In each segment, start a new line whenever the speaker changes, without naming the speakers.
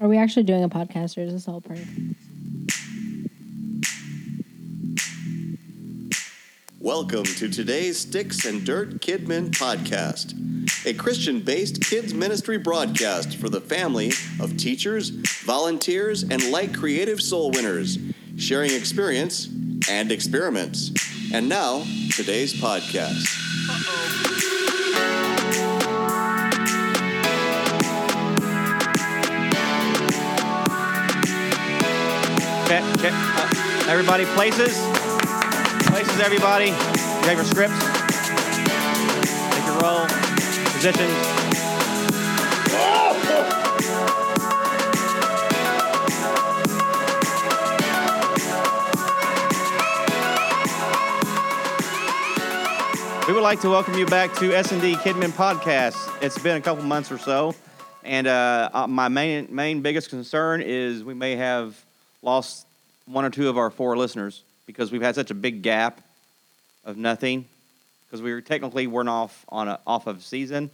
Are we actually doing a podcast or is this all part of
Welcome to today's Sticks and Dirt Kidmen podcast, a Christian based kids ministry broadcast for the family of teachers, volunteers, and like creative soul winners, sharing experience and experiments. And now, today's podcast.
Okay, okay. Uh, everybody, places. Places, everybody. You have your scripts. Take your roll. Positions. We would like to welcome you back to S&D Kidman Podcast. It's been a couple months or so, and uh, uh, my main, main biggest concern is we may have lost one or two of our four listeners because we've had such a big gap of nothing because we were technically weren't off on a, off of season,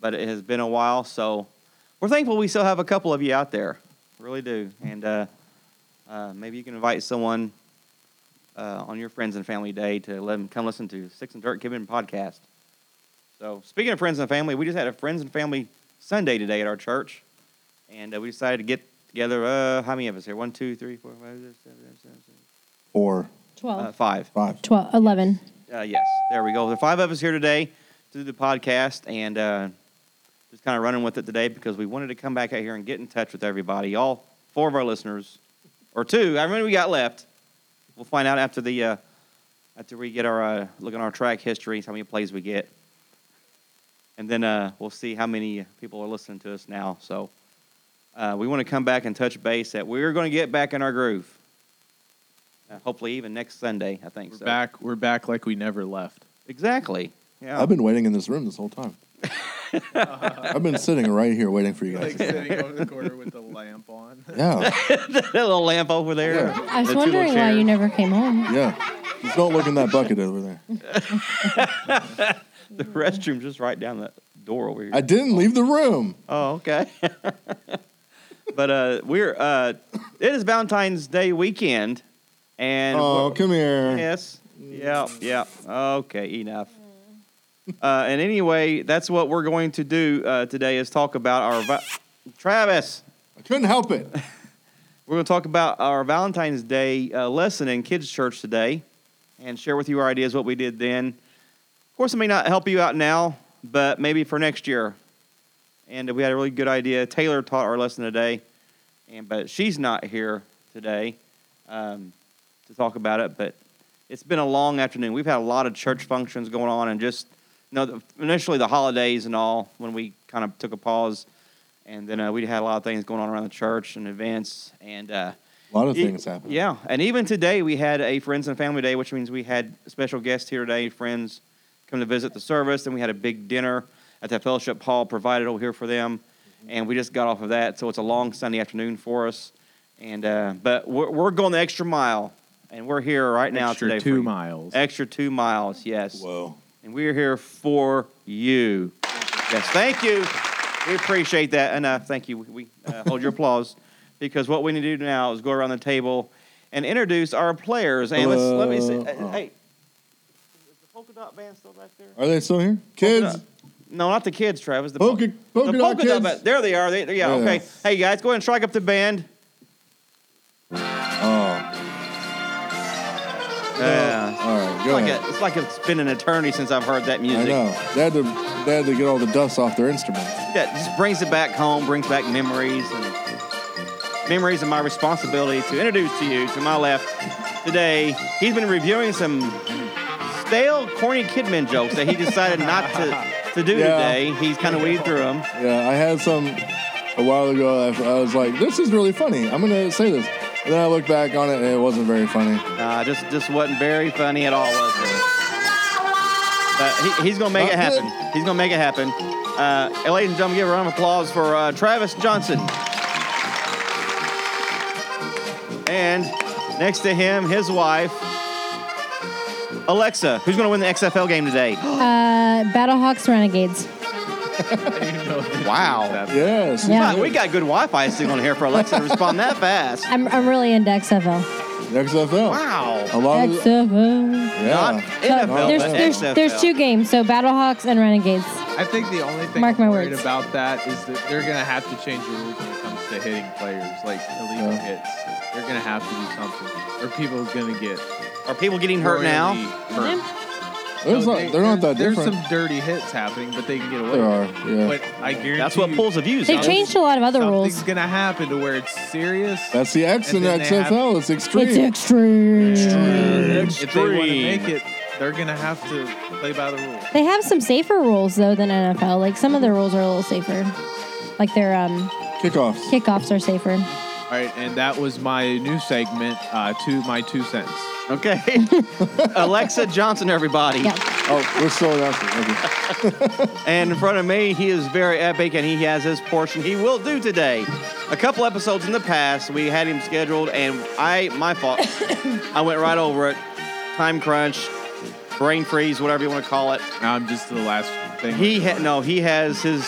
but it has been a while. So we're thankful we still have a couple of you out there, really do. And uh, uh, maybe you can invite someone uh, on your friends and family day to let them come listen to Six and Dirt Kidman podcast. So speaking of friends and family, we just had a friends and family Sunday today at our church, and uh, we decided to get together. Uh, how many of us here? One, two, three, four, five, six, seven, eight, seven, seven,
or
12?
uh, five.
five.
12, 11.
Uh, yes, there we go. There are five of us here today to do the podcast, and uh, just kind of running with it today because we wanted to come back out here and get in touch with everybody. All four of our listeners, or two, I remember we got left. We'll find out after the uh, after we get our uh, look at our track history, how many plays we get, and then uh, we'll see how many people are listening to us now. So uh, we want to come back and touch base that we're going to get back in our groove. Uh, hopefully, even next Sunday, I think.
We're
so.
back. We're back like we never left.
Exactly. Yeah.
I've been waiting in this room this whole time. I've been sitting right here waiting for you guys.
sitting over the corner with the lamp on.
Yeah,
that little lamp over there.
Yeah.
I was
The two little
wondering why
chairs.
you never came home.
yeah. Just don't look in that bucket over there.
The restroom's just right down the door over here.
I didn't leave the room.
oh, okay. but uh, we're uh, it is Valentine's Day weekend, and
Oh,
we're-
come here.
yes, yeah, yeah. Okay, enough. Uh, and anyway, that's what we're going to do uh, today is talk about our va- Travis.
I couldn't help it.
We're going to talk about our Valentine's Day uh, lesson in kids' church today and share with you our ideas what we did then. Of course, it may not help you out now, but maybe for next year. And we had a really good idea. Taylor taught our lesson today, and but she's not here today um, to talk about it. But it's been a long afternoon. We've had a lot of church functions going on, and just you know, the, initially the holidays and all when we kind of took a pause, and then uh, we had a lot of things going on around the church and events, and uh,
A lot of
E-
things happen.
Yeah, and even today we had a friends and family day, which means we had special guests here today, friends come to visit the service, and we had a big dinner at the fellowship hall provided over here for them, and we just got off of that, so it's a long Sunday afternoon for us, and uh, but we're, we're going the extra mile, and we're here right now
Extra
today. for
two
you.
miles.
Extra two miles, yes.
Whoa.
And we're here for you. Yes, thank you. We appreciate that enough. Thank you. We uh, hold your applause because what we need to do now is go around the table and introduce our players. And let's, let me see. uh,
Hello.
Hey, is the polka dot band still back there?
Are they still here? Kids,
dot- No, not the kids, Travis. The pol-
polka, polka
the
dot
polka dot
kids.
band. There they are. They, yeah,
Yeah.
okay. Hey, guys, go ahead and strike up the band.
Oh,
Yeah.
all right,
It's
go
like,
ahead.
a, it's like it's been an eternity since I've heard that
I
music.
know. They had, to, they had to get all the dust off their instruments.
that just brings it back home, brings back memories and memories of my responsibility to introduce to you to my left today. He's been reviewing some stale, corny Kidman jokes that he decided not to, to do
Yeah.
today. He's kind of weeded through them.
Yeah, I had some a while ago. I, I was like, this is really funny. I'm going to say this. And then I looked back on it and it wasn't very funny.
Uh, just just wasn't very funny at all, was it? But he, he's gonna make
Not
it happen.
good.
He's gonna make it happen. Uh, and ladies and gentlemen, give a round of applause for uh, Travis Johnson. And next to him, his wife, Alexa, who's gonna win the XFL game today?
Uh, Battlehawks Renegades.
Wow.
That-
Yes.
Yeah.
Wow, we got good Wi-Fi signal here for Alexa to respond that fast.
I'm, I'm really into XFL.
XFL. A
Wow.
lot of
XFL.
Not
Oh, yeah.
So,
NFL,
there's,
but
there's,
XFL.
there's two games, so Battlehawks and Renegades.
I think the only thing
Mark
I'm
my
worried
words.
about that is that they're gonna have to change the rules when it comes to hitting players, like illegal
Yeah.
hits. They're gonna have to do something, or people's gonna get
Are people getting hurt
royally
now?
hurt.
There's
No,
not,
they-
they're not that
there's-
different.
There's some dirty hits happening, but they can get away.
There
with
are, yeah.
it. But I guarantee
That's what
you,
pulls the views.
They've
huh?
changed a lot of other
something's
rules.
gonna happen to where it's serious.
That's the X
And
in
then they
XFL. It's
It's
extreme.
extreme.
if they want to
Extreme.
make it, they're gonna have to play by the rules.
They have some safer rules though than NFL. Like some of the rules are a little safer. Like their um,
Kickoffs.
kickoffs are safer.
All right, and that was my new segment. Uh, to my two cents.
Okay. Alexa Johnson, everybody.
Yeah.
Oh, we're still announcing. Okay.
And in front of me, he is very epic and he has his portion he will do today. A couple episodes in the past, we had him scheduled and I, my fault, I went right over it. Time crunch, brain freeze, whatever you want to call it.
Now I'm just to the last thing.
He ha- no, he has his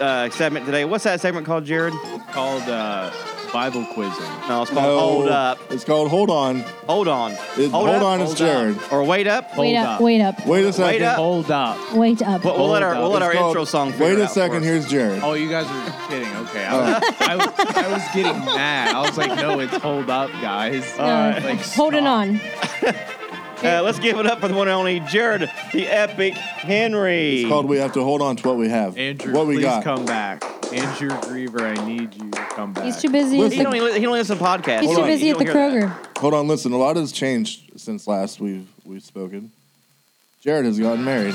uh, segment today. What's that segment called, Jared?
called uh, Bible quizzing.
No, it's called
No,
Hold Up.
It's called Hold On.
Hold on.
It- hold on, it's
Hold
Jared.
Up. Or Wait Up.
Wait
Hold
up,
up.
Wait up.
Wait a second.
up.
Hold up.
Wait up.
We'll, we'll let our, we'll let
Hold
our
It's called-
intro song figure
Wait
it
a
out
second.
first.
Here's Jared.
Oh, you guys are kidding. Okay, I was, I, was, I was getting mad. I was like, no, it's hold up, guys.
No,
Like,
holding
stop.
on.
Uh, let's give it up for the one and only Jared, the epic Henry.
It's called We Have to Hold On to What We Have.
Andrew,
what we
please
got.
come back. Andrew Griever, I need you to come back.
He's too busy. at
Listen.
he don't
the,
even he don't listen to podcasts.
he's
Hold
too
on.
busy
You
at the
don't hear
Kroger.
Hold on, listen. A lot has changed since last we've we've spoken. Jared has gotten married.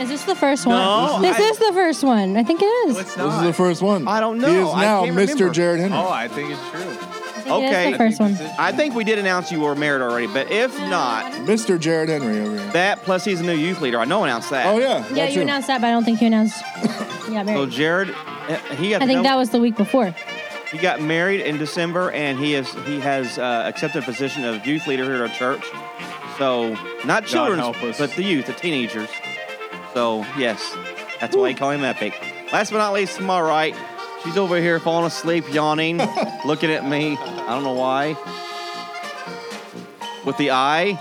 Is this the first
No,
one?
I-
This is the first one. I think it is.
No, it's
This
not.
is the first one.
I don't
He
know.
is
I
now
can't
Mr.
remember.
Jared Henry.
oh, I think it's true.
I think It
Okay.
is the first one.
I think we did announce you were married already, but if not,
Mr. Jared Henry over here.
that plus he's a new youth leader. I know announced that.
Oh yeah.
Yeah,
that's
you announced that, but I don't think you announced.
So
Yeah, married.
Jared, uh, he got
I think
no-
that was the week before.
he got married in December, and he is he has uh, accepted a position of youth leader here at our church. So not children,
help us.
but the youth, the teenagers. So yes, that's why you call him epic. Last but not least, to my right, she's over here falling asleep, yawning, looking at me. I don't know why. With the eye,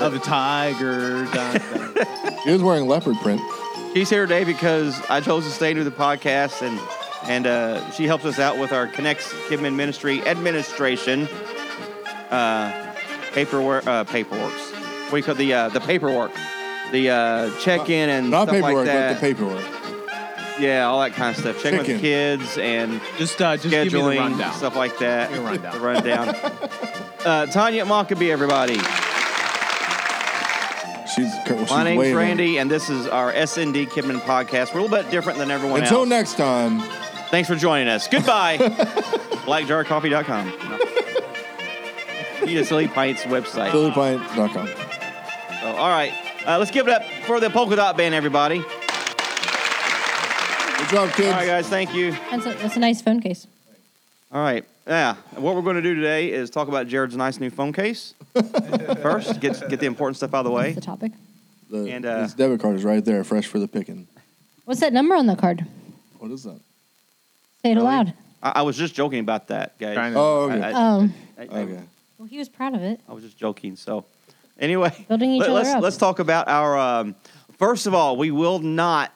Of a tiger. dun, dun.
He was wearing leopard print.
she's here today because I chose to stay to the podcast, and and uh, she helps us out with our Connects Kidman Ministry administration. paperwork, uh, paperwork. What do you call the uh, the paperwork, the uh, check in and
Not
stuff
paperwork,
like that.
but the paperwork.
Yeah, all that kind of stuff. Checking with the
Check-in.
kids and
Just, uh, just give me the
scheduling
rundown.
stuff like that.
Give me a rundown.
the rundown. uh, Tanya Mockabee, everybody.
She's, she's
My name's
waving.
Randy, and this is our SND Kidman podcast. We're a little bit different than everyone
Until
else.
next time.
Thanks for joining us. Goodbye. BlackJarCoffee.com. No. You just leave Pint's website.
PhillyPint.com.
So, all right, uh, let's give it up for the polka dot band, everybody.
Good job, kids.
All right, guys, thank you.
That's a, that's a nice phone case.
All right, yeah. What we're going to do today is talk about Jared's nice new phone case first. Get get the important stuff out of the
That's
way.
the topic.
The-
And, uh,
his debit card is right there, fresh for the picking.
What's that number on the card?
What is that?
Say it
Really?
aloud.
I, I was just joking about that, guys.
Trying to-
Oh,
I-
okay.
I-
Um,
I, I-
okay.
well, he was proud of it.
I was just joking. So, anyway,
Building each
let,
other
us
up.
let's talk about our. Um, first of all, we will not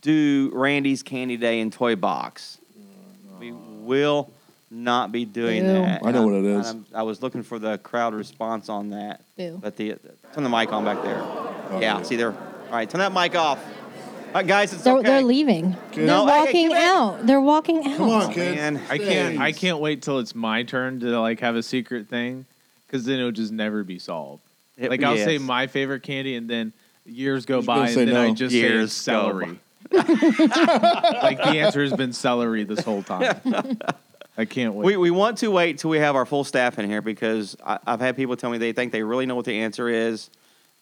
do Randy's Candy Day and Toy Box. We will not be doing
Ew.
that.
I know what it
I'm-
is.
I'm- I was looking for the crowd response on that.
Boo.
But the turn the mic on back there.
Oh,
yeah, see there. All right, turn that mic off. All right, guys, it's
They're,
okay.
they're leaving. They're
No, hey,
walking
come back.
out. They're walking out.
Come on, kids.
Man,
I can't. I
Thanks.
can't wait till it's my turn to like have a secret thing, because then it'll just never be solved.
It-
like I'll say
yes.
my favorite candy, and then years go
Just gonna
by,
say
and then I
no.
just say
Years
it's
go
celery. like the answer has been celery this whole time. I can't wait.
We, we want to wait till we have our full staff in here because I, I've had people tell me they think they really know what the answer is,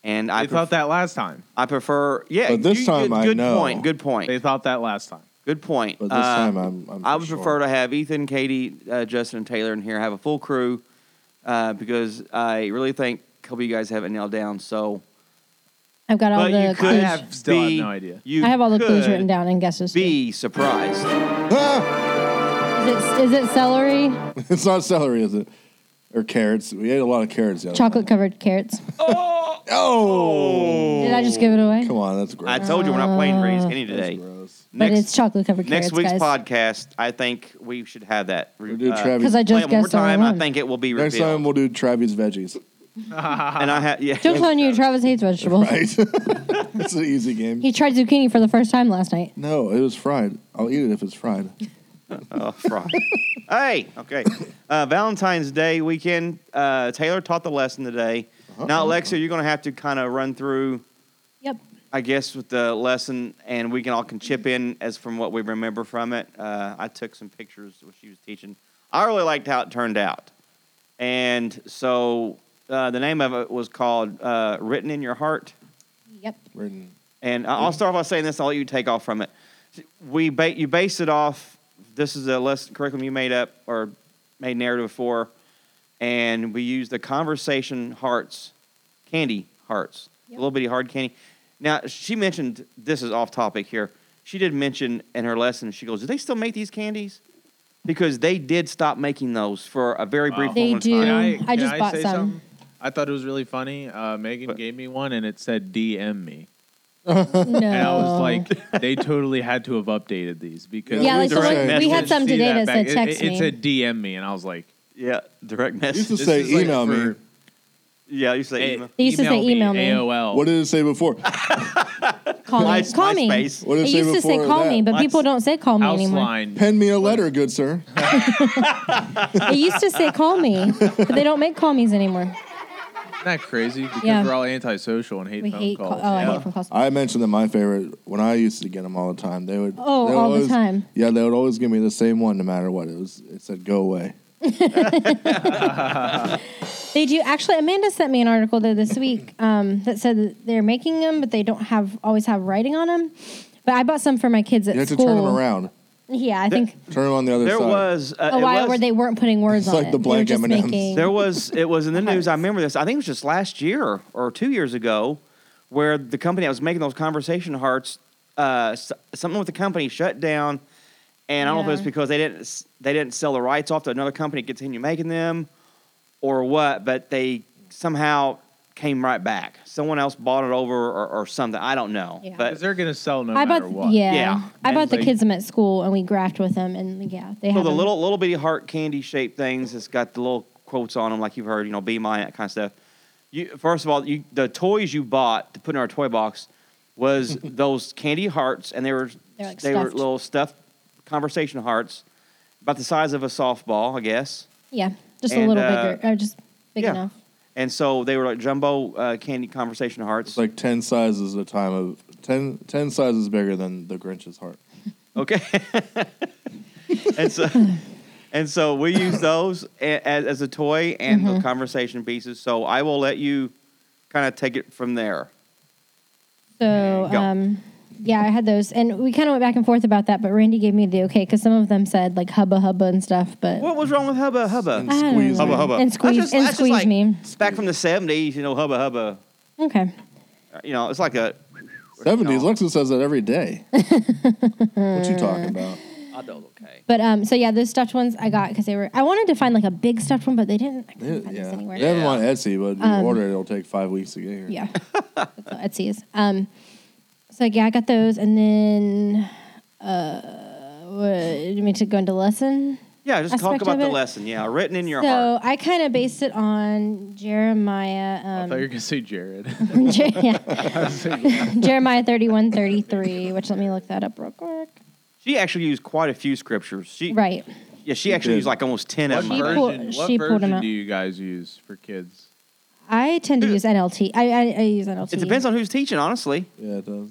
and I
they thought that last time.
I prefer yeah.
But this
you-
time
good,
I
good
know.
point. Good point.
They thought that last time.
Good point.
But this
Uh,
time I'm. I'm
I would prefer to have Ethan, Katie, uh, Justin, and Taylor in here have a full crew uh, because I really think a couple of you guys have it nailed down. So
I I've got all
But you
the
could
I
clues.
have still have
be-
no idea.
You
I have all the clues
could
written down and guesses. too.
Be surprised.
Ah!
Is it, is it celery?
It's not celery, is it? Or carrots. We ate a lot of carrots. the other
Chocolate covered carrots.
night. Oh!
Did I just give it away?
Come on, that's gross.
I told you we're not playing Raise Any
That's
today.
gross.
Uh, But
Next-
it's chocolate covered carrots.
Next week's
guys.
podcast, I think we should have that.
We'll do
Uh,
Travis.
Because I
play it
just
one more
guessed all
time. I
one.
think it will be revealed.
Next time we'll do Travis veggies.
and I have yeah.
Joke's on you. Travis hates vegetables.
Right? That's an easy game.
He tried zucchini for the first time last night.
No, it was fried. I'll eat it if it's fried.
Oh, fraud. hey, okay. Uh, Valentine's Day weekend. Uh, Taylor taught the lesson today. Now, Alexa, you're going to have to kind of run through,
Yep.
I guess, with the lesson, and we can all can chip in as from what we remember from it. Uh, I took some pictures of what she was teaching. I really liked how it turned out, and so uh, the name of it was called uh, "Written in Your Heart."
Yep.
Written.
And I- I'll start by saying this. I'll let you take off from it. We ba- you base it off. This is a lesson curriculum you made up or made narrative for, and we use the conversation hearts, candy hearts, a
Yep.
little bitty hard candy. Now she mentioned this is off topic here. She did mention in her lesson. She goes, "Do they still make these candies?" Because they did stop making those for a very brief
Wow.
They
moment. in
do.
Can
time.
I,
I
can
just
I
bought
say
some.
something? I thought it was really funny. Uh, Megan
But-
gave me one, and it said DM me,
No.
and I was like, they totally had to have updated these because
Oh. yeah, like the
direct
one, we had
Didn't
some
see
today that
back.
said text
it, it,
me.
It said DM me, and I was like,
Yeah, direct
It used to
message.
this
say
is like
email
for-
me.
Yeah, you say
eh,
email.
They used to say email me.
AOL.
What did it say before?
call me.
My-
Call me.
MySpace.
What did
it
it say
used to say
before
call
that?
me, but
What's-
people don't say call me
house
anymore.
line?
Pen me a letter, good sir.
It used to say call me, but they don't make call me's anymore.
Isn't that crazy? Because
Yeah.
we're all antisocial and hate
We
phone
hate call.
calls.
Oh, I
Yeah.
hate phone calls.
I mentioned that my favorite when I used to get them all the time. They would
Oh,
they would
all the
always-
time.
Yeah, they would always give me the same one no matter what. It was it said go away.
They do actually. Amanda sent me an article though this week um, that said that they're making them, but they don't have always have writing on them. But I bought some for my kids at
You had to
school.
turn them around.
Yeah, I think
Turn them on the other
There
side.
was uh,
a
it
while
was-
where they weren't putting words
It's
on
like
it.
the
They were
blank
just
M&Ms.
making-
There was it was in the news. I
Hearts.
remember this. I think it was just last year or two years ago, where the company that was making those conversation hearts, uh, s- something with the company shut down, and I don't know if it was
Yeah.
because they didn't s- they didn't sell the rights off to another company to continue making them, or what. But they somehow came right back. Someone else bought it over or, or something. I don't know.
Yeah.
But
Because they're gonna sell no
I
matter
bought
what.
yeah.
Yeah.
I bought the
Like-
kids them at school and we graphed with them and yeah they
So
have
the
them.
little little bitty heart candy shaped things. It's got the little quotes on them, like you've heard. You know, be mine, that kind of stuff. You first of all, you the toys you bought to put in our toy box was those candy hearts, and they were
They're like
they were
stuffed.
little stuffed conversation hearts, about the size of a softball, I guess.
yeah just
and,
a little
uh,
bigger uh, just big
yeah.
enough.
And so they were like jumbo uh, candy conversation hearts.
It's like ten sizes at a time of 10, 10 sizes bigger than the Grinch's heart.
Okay. and so and so we use those a- as, as a toy and the
Mm-hmm.
conversation pieces. So I will let you kind of take it from there.
So
Go.
um, yeah, I had those and we kind of went back and forth about that, but Randy gave me the okay because some of them said like hubba hubba and stuff, but
What was wrong with Hubba Hubba?
I don't
Squeeze
know.
me. Hubba
hubba.
and squeeze
That's just-
and
that's just
squeeze
like-
me.
It's back from the 70s, you know, Hubba Hubba.
Okay.
You know, it's like a.
Seventies. Lexus says that every day. what you talking about?
I don't, okay.
But um, so yeah, those stuffed ones I got because they were. I wanted to find like a big stuffed one, but they didn't. I couldn't
Yeah,
find this
yeah.
anywhere. Um,
they have them on Etsy, but you order it, it'll take five weeks to get here.
Yeah. That's what Etsy is. Um, so yeah, I got those, and then uh, what, you mean to go into lesson?
Yeah, just talk
Aspect
about
of
the
it.
lesson. Yeah, written in your
So
heart.
I kind of based it on Jeremiah.
I
Um,
thought you were gonna say Jared.
Jer- yeah. Jeremiah 31, 33, which let me look that up real quick.
She actually used quite a few scriptures. She,
Right.
Yeah, she actually
did.
used like almost 10
what
of them. I
She
version,
think.
pulled-
what
she pulled
version
'em out.
do you guys use for kids?
I tend to use NLT. I, I, I use NLT.
It depends on who's teaching, honestly.
Yeah, it does.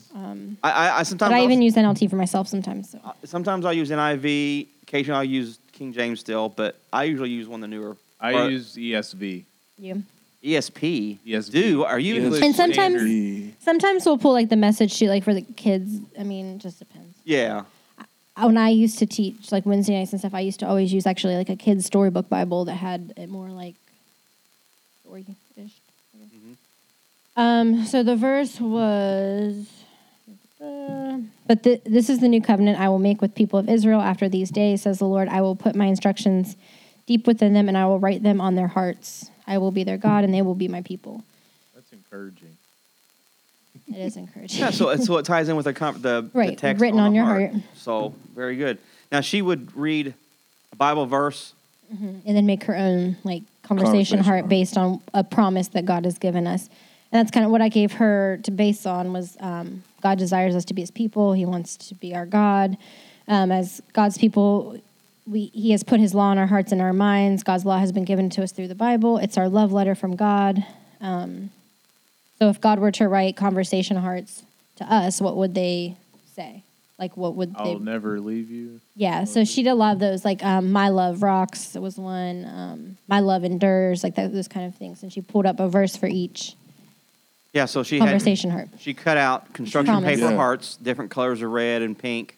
I, I, I
But
sometimes
I
I'll-
even use NLT for myself sometimes. So.
Sometimes I'll use NIV. Occasionally I'll use King James still, but I usually use one of the newer.
I
or
use E ESV.
You.
ESP.
ESV.
Dude, are you?
English
And sometimes-
Standard.
E-
Sometimes we'll pull like the message sheet, like for the kids. I mean, just depends.
Yeah.
When I used to teach like Wednesday nights and stuff, I used to always use actually like a kid's storybook Bible that had it more like story ish. Um, so the verse was. uh, But th- this is the new covenant I will make with people of Israel after these days, says the Lord. I will put my instructions deep within them, and I will write them on their hearts. I will be their God, and they will be my people.
That's encouraging.
It is encouraging.
Yeah, so it's so it ties in with the com- the, the
Right,
text
written on
the
your
heart.
heart.
So very good. Now she would read a Bible verse.
and then make her own like
Conversation
conversation, heart
heart.
based on a promise that God has given us. And that's kind of what I gave her to base on was um, God desires us to be His people. He wants to be our God. Um, as God's people, we He has put His law in our hearts and our minds. God's law has been given to us through the Bible. It's our love letter from God. Um, so if God were to write conversation hearts to us, what would they say? Like what would
I'll
they?
never leave you.
Yeah, so she did a lot of those, like um, "My Love Rocks" was one, um, "My Love Endures," like that, those kind of things. And she pulled up a verse for each
Yeah, so she
conversation heart.
had she cut out construction
Promise.
paper
Yeah.
hearts, different colors of red and pink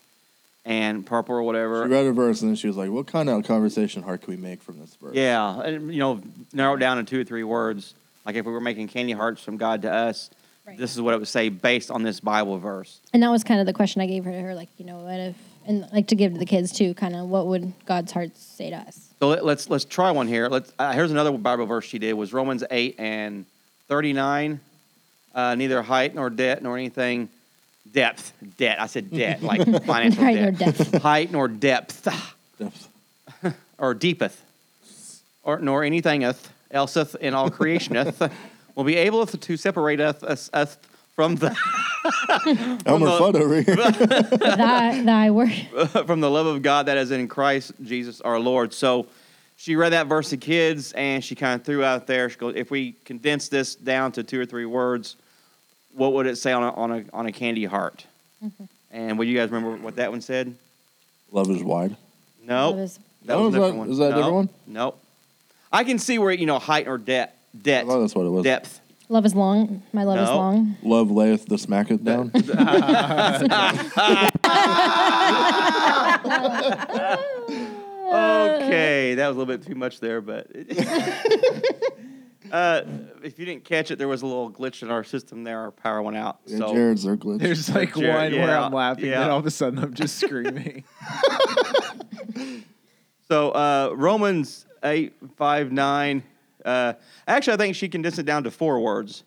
and purple or
She
whatever.
read a verse and then she was like, "What kind of conversation heart can we make from this verse?"
Yeah, and you know, narrow it down in two or three words. Like if we were making candy hearts from God to us,
Right.
this is what it would say based on this Bible verse.
And that was kind of the question I gave her. Her like, you know, what if and like to give to the kids too, kind of what would God's heart say to us?
So let, let's let's try one here. Let's uh, here's another Bible verse she did was Romans eight and thirty nine. Uh, neither height nor depth nor anything depth debt. I said debt like financial
Right,
debt.
nor depth.
height nor depth ah, or deepeth or nor anythingeth elseth in all creationeth will be able to separate us, us, us from the
Elmer
the-
Fudd over here.
thy, thy word.
from the love of God that is in Christ Jesus our Lord. So she read that verse to kids and she kind of threw out there, she goes, if we condense this down to two or three words, what would it say on a, on a, on a candy heart? And would you guys remember what that one said?
Love is wide.
No.
That was-
That
Oh,
was a
is
different
that-
one.
is that a
no.
different one?
Nope. I can see where, you know, height or depth.
I
Depth.
thought that's what it was.
Depth.
Love is long. My love is
No.
long.
Love layeth the smacketh down.
Okay, that was a little bit too much there, but uh, if you didn't catch it, there was a little glitch in our system there. Our power went out.
Yeah,
so
Jared's their glitch.
There's like
Jared,
one where
yeah,
I'm laughing,
yeah.
and all of a sudden I'm just screaming.
So uh, Romans eight five nine. Uh, actually, I think she condensed it down to four words,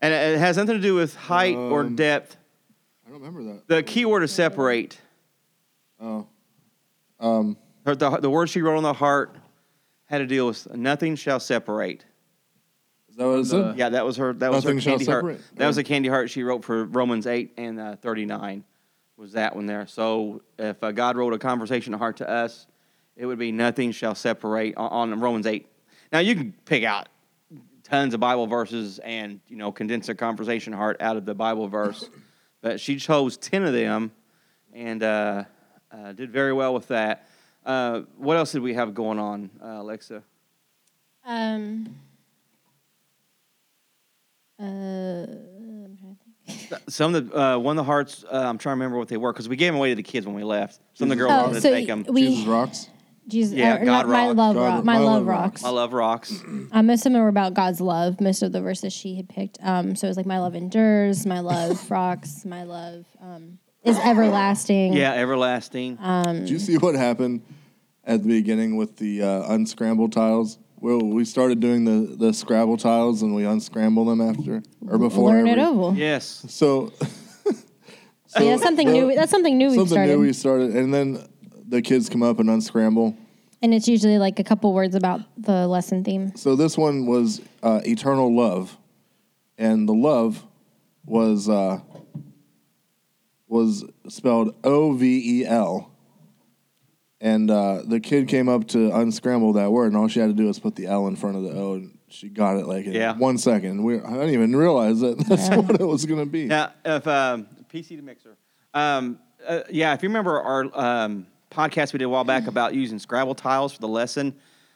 and it it has nothing to do with height or
Um,
depth.
I don't remember that.
The key word is separate.
Oh, um,
Her- The, the word she wrote on the heart had to deal with nothing shall separate.
is that what it
the-
said?
Yeah, that was her. That was
Nothing
her
shall
candy heart.
separate.
That was a candy heart she wrote for Romans eight and uh, thirty nine. Was that one there? So if uh, God wrote a conversation heart to us, it would be nothing shall separate on, on Romans eight. Now you can pick out tons of Bible verses and you know condense a conversation heart out of the Bible verse, but she chose ten of them and uh, uh, did very well with that. Uh, what else did we have going on, uh, Alexa?
Um. Uh, I'm trying to think.
Some of the uh, one of the hearts. Uh, I'm trying to remember what they were because we gave them away to the kids when we left. Some of the
Jesus
girls
Rocks.
Oh,
wanted to
so
take them.
we
Jesus rocks.
Jesus,
Yeah, God
or not my
rocks.
love,
God-
rock, my, love rocks.
I love rocks.
Uh, most of them were about God's love. Most of the verses she had picked. Um, so it was like, "My love endures. My love rocks. My love um, is everlasting."
yeah, everlasting.
Uh-huh.
Did
Hmm.
you see what happened at the beginning with the uh, unscrambled tiles? Well, we started doing the, the Scrabble tiles and we unscramble them after or before.
Learn it
every-
oval. Yeah,
yes.
So, so
that's something new. That's something new we've
Something
started,
new we started, and then the kids come up and unscramble.
and it's usually like a couple words about the lesson theme.
So this one was uh, eternal love, and the love was uh, was spelled O V E L, and uh, the kid came up to unscramble that word, and all she had to do was put the L in front of the O, and she got it like in
Yeah.
one second. We I didn't even realize that that's what it was going to be.
Now, if um, PC the mixer. Um, uh, yeah, if you remember our um, podcast we did a while back about using Scrabble tiles for the lesson,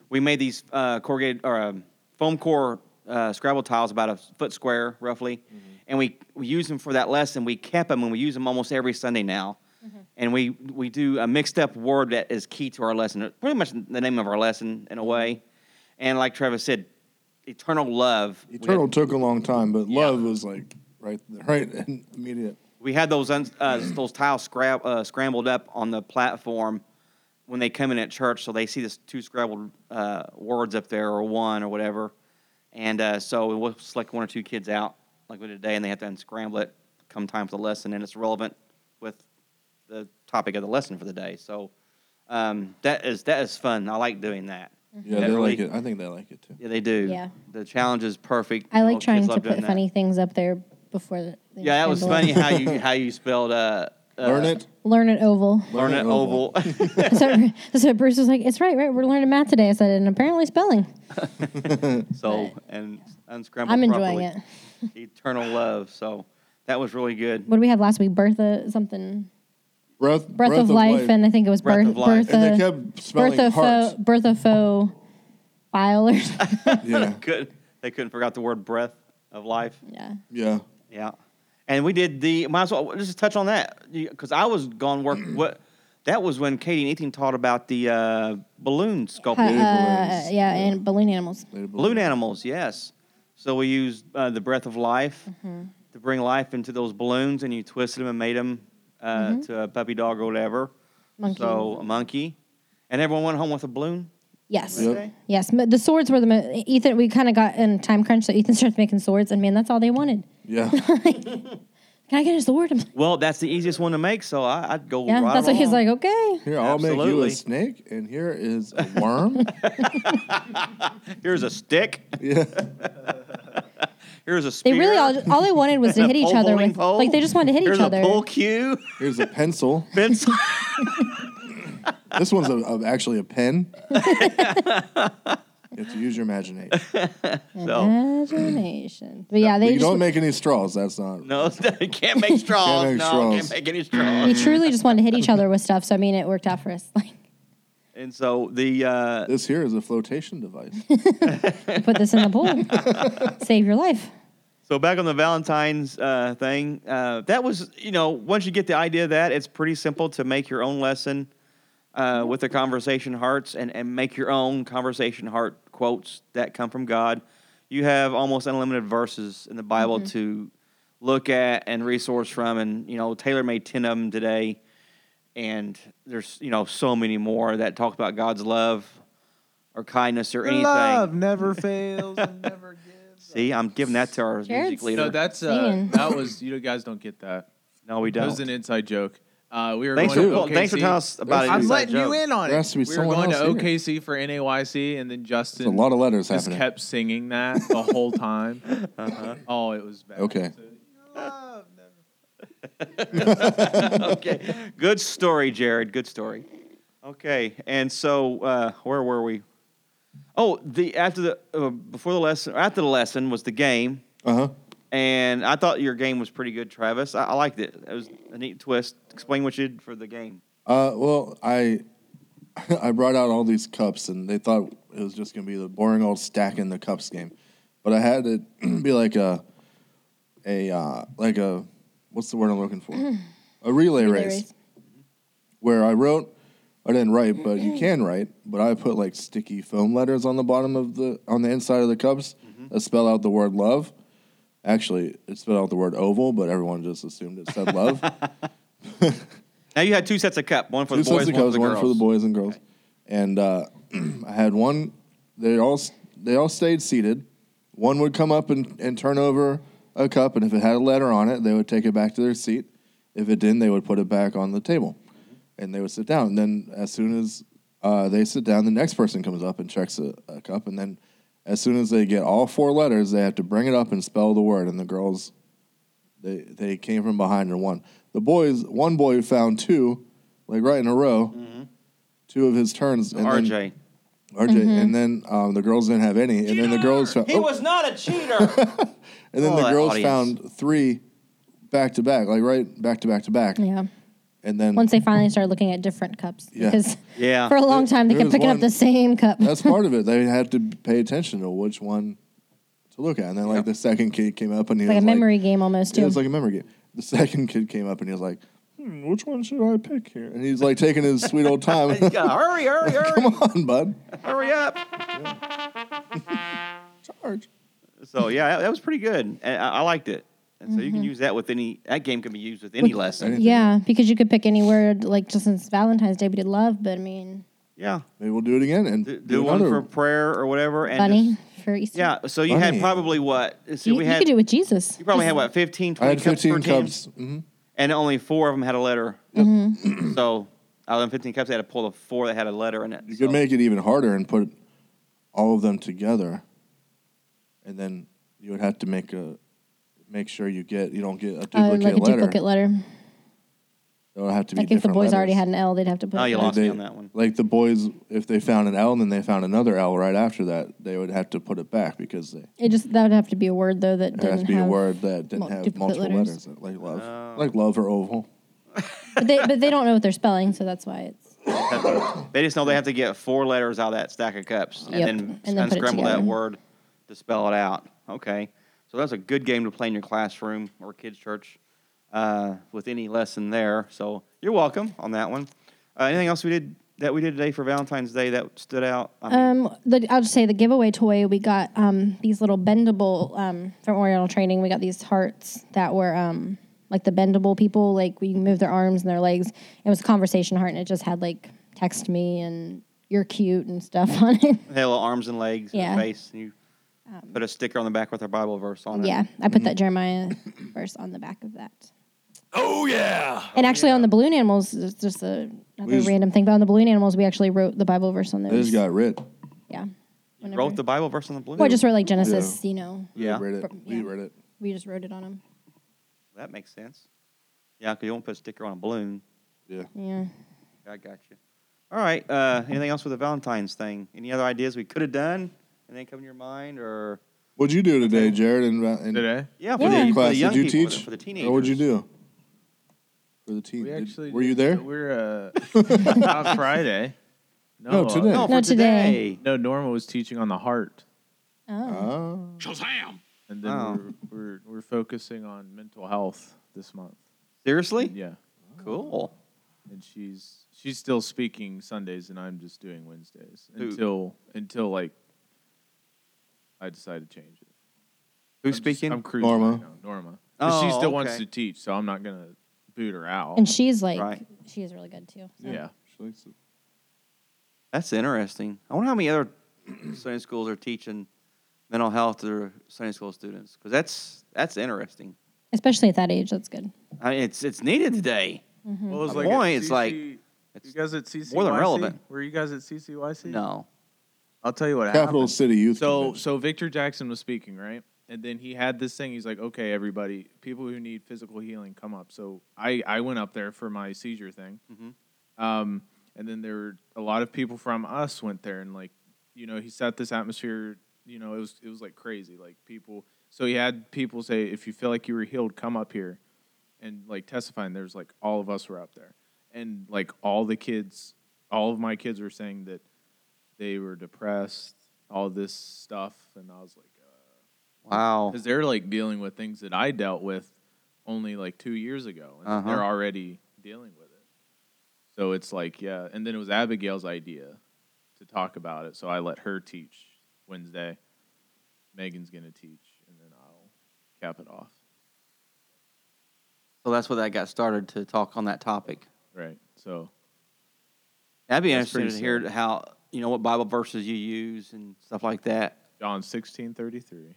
we made these uh, corrugated or um, foam core uh, Scrabble tiles about a foot square roughly, and we we use them for that lesson. We kept them and we use them almost every Sunday now. And we, we do a mixed up word that is key to our lesson, pretty much the name of our lesson in a way. And like Travis said, eternal love. We
Eternal
had-
took a long time, but love was like right, right, and immediate.
We had those un- uh, those tiles scrab- uh, scrambled up on the platform when they come in at church, so they see this two scrambled uh, words up there or one or whatever, and uh, so we'll select one or two kids out like we did today, and they have to unscramble it come time for the lesson, and it's relevant with the topic of the lesson for the day. So um, that is that is fun. I like doing that.
Yeah,
That
they
really-
like it. I think they like it too.
Yeah, they do.
Mm-hmm. Yeah.
The challenge is perfect.
I
All
like
Oh, kids
trying
love
to
doing
put
that.
funny things up there before. The things
Yeah, that was
handle
funny
it.
how you how you spelled uh, uh,
Learn it.
Learn it oval.
Learn it
Learn it
oval.
so, so Bruce was like, "It's right, right. We're learning math today." I said, "And apparently spelling."
so
But-
and unscramble.
I'm enjoying it.
it. Eternal love. So that was really good.
What did we have last week? Bertha something.
Breath,
Breath, of, life, and I think it was
Breath
Bertha.
of Life.
Bertha.
and they kept spelling
Bertha
hearts.
faux, Bertha faux file or something.
Yeah,
Good. They couldn't forget the word breath of life.
yeah.
yeah.
Yeah. And we did the might as well let's just touch on that because I was gone work. What that was when Katie and Ethan taught about the uh, balloon
Uh,
sculpting.
Balloon
yeah,
balloons.
and balloon animals.
They believe-
Balloon animals, yes. So we used uh, the breath of life
Mm-hmm.
to bring life into those balloons, and you twisted them and made them uh, to a puppy dog or whatever.
Mm-hmm. Monkey.
So a monkey, and everyone went home with a balloon.
Yes.
Yep.
Okay.
Yes. but The swords were the mo- Ethan. We kind of got in a time crunch, so Ethan starts making swords, and man, that's all they wanted.
Yeah,
Can I get a sword? I'm like,
Well, that's the easiest one to make, so I, I'd go.
yeah.
Oh, right
that's why he's
along.
like, okay.
here I'll make you
Absolutely.
a snake, and here is a worm.
Here's a stick.
yeah,
Here's a
They
spear.
really all all they wanted was to
a
hit each
pole
other
bowling
with
pole.
like they just wanted to hit
Here's
each other.
a pull cue.
here's a pencil.
Pencil.
This one's a, a, actually a pen. you have to use your imagination.
So-
Imagination. But yeah, they
You
just,
don't make any straws. That's not.
no, can't make straws.
make
no,
straws.
can't make any straws.
they truly just wanted to hit each other with stuff. So I mean, it worked out for us. Like,
And so the uh,
This here is a flotation device.
put this in the pool, save your life.
So back on the Valentine's uh, thing, uh, that was you know once you get the idea of that it's pretty simple to make your own lesson uh, with the conversation hearts and and make your own conversation heart quotes that come from God. You have almost unlimited verses in the Bible to look at and resource from, and you know Taylor made ten of them today, and there's you know so many more that talk about God's love or kindness or anything.
Love never fails and never gives.
See, I'm giving that to our
Jared's-
music leader.
No, that's uh,
Singing.
that was you guys don't get that.
no, we
That
don't.
was an inside joke. Uh, we were
Thanks
going
for-
to
well,
OKC.
thanks for telling us about it.
I'm
Inside
letting
joke.
you in on it.
There has to be
we were
someone
going
else here.
to OKC for NAYC, and then Justin.
There's a lot of letters
just
happening. Uh-huh.
kept singing that the whole time. Oh, it was bad.
Okay.
okay. Good story, Jared. Good story. Okay. And so, uh, where were we? Oh, the after the uh, before the lesson, or after the lesson was the game,
Uh huh.
and I thought your game was pretty good, Travis. I, I liked it. It was a neat twist. Explain what you did for the game.
Uh, well, I I brought out all these cups, and they thought it was just gonna be the boring old stack in the cups game, but I had it be like a a uh, like a what's the word I'm looking for? A relay,
Relay
race,
race.
where I wrote. I didn't write, but you can write. But I put like sticky foam letters on the bottom of the on the inside of the cups that spell out the word love. Actually, it spelled out the word oval, but everyone just assumed it said love.
Now you had two sets of cup, one for
Two
the boys,
sets of
one for
cups,
the
one
girls.
for the boys and girls. And uh, I had one. They all s- they all stayed seated. One would come up and, and turn over a cup, and if it had a letter on it, they would take it back to their seat. If it didn't, they would put it back on the table, and they would sit down. And then as soon as uh, they sit down, the next person comes up and checks a, a cup, and then as soon as they get all four letters, they have to bring it up and spell the word. And the girls, they they came from behind and won. The boys, one boy found two, like right in a row, two of his turns. And
RJ.
then, RJ, and then um, the girls didn't have any, and then the girls found,
Mm-hmm. He
oh,
was not a cheater.
and then
Oh,
the
that
girls
audience.
found three back to back, like right back to back to back,
Yeah.
and then
Once they finally started looking at different cups,
Yeah.
because
Yeah.
for a long time they
There
kept
was
picking up
one-
the same cup.
that's part of it. They had to pay attention to which one to look at, and then like the second kid came up and he
It's like
was
a memory game almost
Yeah,
too.
It was like a memory game. The second kid came up and he was like, hmm, "Which one should I pick here?" And he's like taking his sweet old time.
You gotta hurry, hurry, hurry,
Come on, bud.
hurry up.
charge.
So yeah, that, that was pretty good. And I, I liked it. And so you can use that with any. That game can be used with any
Mm-hmm. With-
lesson.
Yeah, because you could pick any word. Like just since Valentine's Day, we did love, but I mean,
Yeah,
Maybe we'll do it again and
do, do one for prayer or whatever. And
bunny
just-
for Easter.
yeah, so you
Bunny.
had probably what? So
you,
we
you
had
could do it with Jesus.
You probably had what 15, 20
I had
cups
15
per team?
cups. hmm
and only four of them had a letter.
Mm-hmm.
so out of them 15 cups, they had to pull the four that had a letter in it.
You
so.
could make it even harder and put all of them together, and then you would have to make a make sure you get you don't get a
Uh,
duplicate
like a
letter.
duplicate letter.
It would have to be.
Like if the
different
boys already
letters.
had an L, they'd have to put.
Oh, you
it
lost
back.
me on that one.
Like the boys, if they found an L and then they found another L right after that, they would have to put it back because they
It just that would have to be a word though that
it
didn't
has to be
have
a word that
mul-
didn't have
duplicate
multiple
letters.
letters, like love,
Oh.
like love or oval.
But they, but they don't know what they're spelling, so that's why it's.
They just know they have to get four letters out of that stack of cups and
Yep,
then,
and then put it
unscramble that
together.
word to spell it out. Okay. So that's a good game to play in your classroom or kids' church uh, with any lesson there. So you're welcome on that one. Uh, anything else we did that we did today for Valentine's Day that stood out? I mean,
Um, the, I'll just say the giveaway toy we got um, these little bendable um, from Oriental Training. We got these hearts that were um, like the bendable people, like we move their arms and their legs. It was a conversation heart, and it just had like text me and you're cute and stuff on it.
they had little arms and legs
Yeah. Um,
and a face, and you put a sticker on the back with our Bible verse on it.
yeah, I put
Mm-hmm.
that Jeremiah verse on the back of that. Oh yeah! And actually, on the balloon animals, it's just a, another
just-
random thing. But on the balloon animals, we actually wrote the Bible verse on those.
They just got rid.
yeah.
You
Whenever-
wrote the Bible verse on the blue.
Well, I just wrote like Genesis, you know.
Yeah.
read it.
Fr-
We
yeah.
read it.
We just wrote it on them.
that makes sense. Yeah, because you won't put a sticker on a balloon.
Yeah.
Yeah.
I got you. All right. Uh, anything else with the Valentine's thing? Any other ideas we could have done? Anything come to your mind? Or
What'd you do today, Jared? And, and
Today?
yeah, for,
What
the,
Yeah.
for
class
the young
did you
people,
teach?
for the teenagers.
Or what'd you do for the teen?
We
did-
actually
were you
did-
there?
We're uh, not Friday. uh,
No, today.
No, for
No,
today.
today.
No, Norma was teaching on the heart,
Oh.
Oh.
and then
Oh.
we're, we're we're focusing on mental health this month.
Seriously?
Yeah,
Cool.
and she's she's still speaking Sundays, and I'm just doing Wednesdays
Who-
until until like I decide to change it.
Who's
I'm just-
speaking?
I'm cruising
Norma.
right now, Norma. 'Cause she
Oh,
still wants
okay.
to teach, so I'm not gonna boot her out.
And she's like,
Right.
she is really good too. so.
yeah.
She likes it.
That's interesting. I wonder how many other Sunday schools are teaching mental health to their Sunday school students because that's that's interesting.
Especially at that age, that's good.
I mean, it's it's needed today.
Well, it was
My
like at
point, it's like-
CC
It's
you guys at CCYC?
more than relevant.
Were you guys at CCYC?
no.
I'll tell you what
Capital
happened.
City Youth.
So,
Convention.
so Victor Jackson was speaking, right? And then he had this thing. He's like, "Okay, everybody, people who need physical healing, come up." So I, I went up there for my seizure thing,
Mhm.
Mm-hmm.
um, and then there were a lot of people from us went there, and like, you know, he set this atmosphere. You know, it was it was like crazy. Like people, so he had people say, "If you feel like you were healed, come up here," and like testifying. There's like all of us were up there, and like all the kids, all of my kids were saying that they were depressed, all this stuff, and I was like,
Wow.
because they're like dealing with things that I dealt with only like two years ago, and
Uh-huh.
they're already dealing with it. So it's like, yeah. And then it was Abigail's idea to talk about it, so I let her teach Wednesday. Megan's gonna teach, and then I'll cap it off.
So that's what that got started to talk on that topic.
Right. So
That'd be
That's
interesting to
pretty
hear
sad.
how you know what Bible verses you use and stuff like that.
John sixteen thirty three.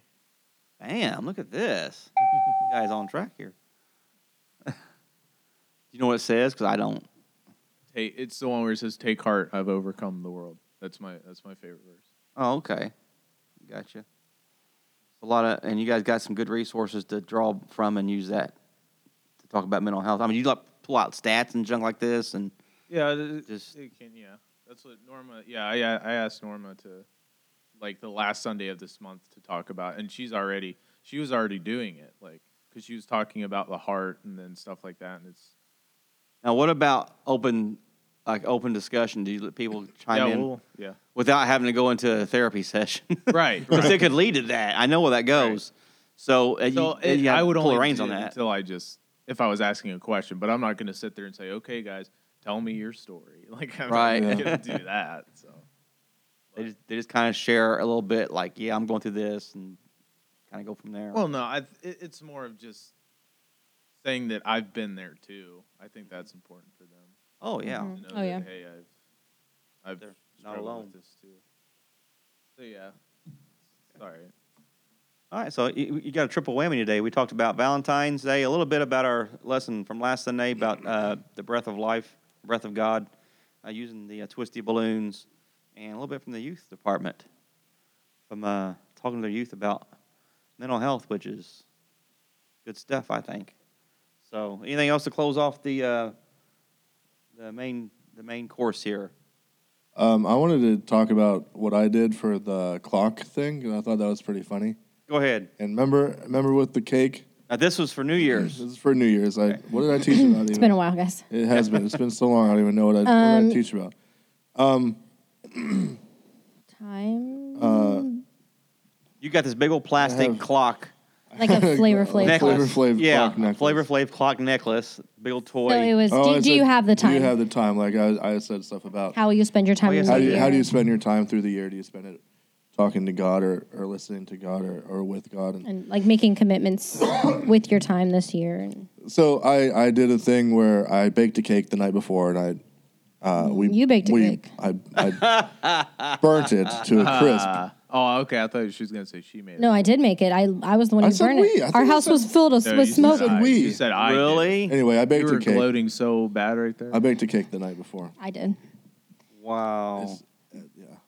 Damn, look at this. you guys on track here. you know what it says? Because I don't.
Hey, it's the one where it says, "Take heart, I've overcome the world." That's my that's my favorite verse.
Oh, okay. Gotcha. A lot of, and you guys got some good resources to draw from and use that to talk about mental health. I mean, you like pull out stats and junk like this, and
Yeah, it- it,
Just-
it can. Yeah, that's what Norma. Yeah, I I asked Norma to, like the last Sunday of this month to talk about, and she's already she was already doing it, like because she was talking about the heart and then stuff like that, and it's
now what about open, like open discussion? Do you let people chime
yeah,
in
we'll- yeah,
without having to go into a therapy session?
right.
because
right.
it could lead to that. I know where that goes. So, uh, you,
So it-
you gotta
I would
pull
only
the reins
do
on
it
that.
until I just if I was asking a question, but I'm not going to sit there and say, okay, guys, tell me your story. Like I'm
Right.
not
Yeah.
going to do that. So
They just, they just kind of share a little bit, like, yeah, I'm going through this, and kind of go from there.
Well, no, I, it, it's more of just saying that I've been there too. I think that's important for them.
oh yeah,
Mhm.
to know
Oh,
that,
yeah.
Hey, I've, I've
They're not
struggled
alone.
With this too. So yeah, sorry.
All right, so you, you got a triple whammy today. We talked about Valentine's Day, a little bit about our lesson from last Sunday about uh, the breath of life, breath of God, uh, using the uh, twisty balloons, and a little bit from the youth department, from uh, talking to the youth about mental health, which is good stuff, I think. So, anything else to close off the uh, the main the main course here?
Um, I wanted to talk about what I did for the clock thing, and I thought that was pretty funny.
Go ahead.
And remember, remember with the cake.
Now, this was for New
This
Year's.
is for New Year's. I what did I teach about?
It's
even?
been a while, guys.
It has been. It's been so long. I don't even know what I, what
Um,
I teach about.
Time
Uh,
You got this big old plastic
have-
clock.
like a flavor flavor.
Necklace.
Flavor Flav
yeah,
clock necklace.
Flavor Flav clock necklace, big old toy.
So it was.
Oh, I
do, do you
said,
have the time?
Do you have the time? Like I, I said stuff about
how will you spend your time?
Oh, yes,
in
how
the
do you,
year?
how do you spend your time through the year? Do you spend it talking to God or, or listening to God or, or with God? And
and like making commitments with your time this year. And
so I, I did a thing where I baked a cake the night before and I uh, we
You baked a
we-
cake.
I, I burnt it to a crisp.
Oh, okay. I thought she was gonna say she made
no,
it.
I did make it. I I was the one
I
who
said
burned
we. I
it.
thought
Our
you
house
said-
was filled us
No,
with
you
smoke.
Said I,
we.
You said I. did.
really?
Anyway, I
You
baked
were
a cake.
gloating so bad right there.
I baked a cake the night before.
I did.
Wow.
It's-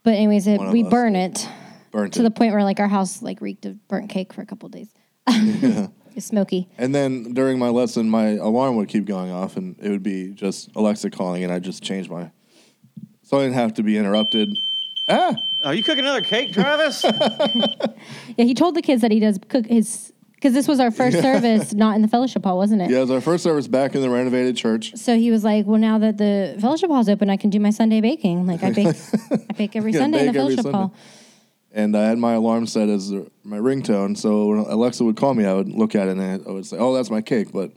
But anyways, it,
One of
we
us
burn it
Burnt
to
it.
the point where like our house like reeked of burnt cake for a couple days. It's smoky.
And then during my lesson, my alarm would keep going off, and it would be just Alexa calling, and I just changed my, so I didn't have to be interrupted. Ah,
Are you cooking another cake, Travis?
Yeah, he told the kids that he does cook his because this was our first service, not in the fellowship hall, wasn't it?
yeah, it was our first service back in the renovated church.
So he was like, "Well, now that the fellowship hall's open, I can do my Sunday baking. Like I bake, I bake every
Yeah,
Sunday in the
bake every
fellowship hall."
Sunday. And I had my alarm set as my ringtone, so when Alexa would call me, I would look at it and I would say, "Oh, that's my cake," but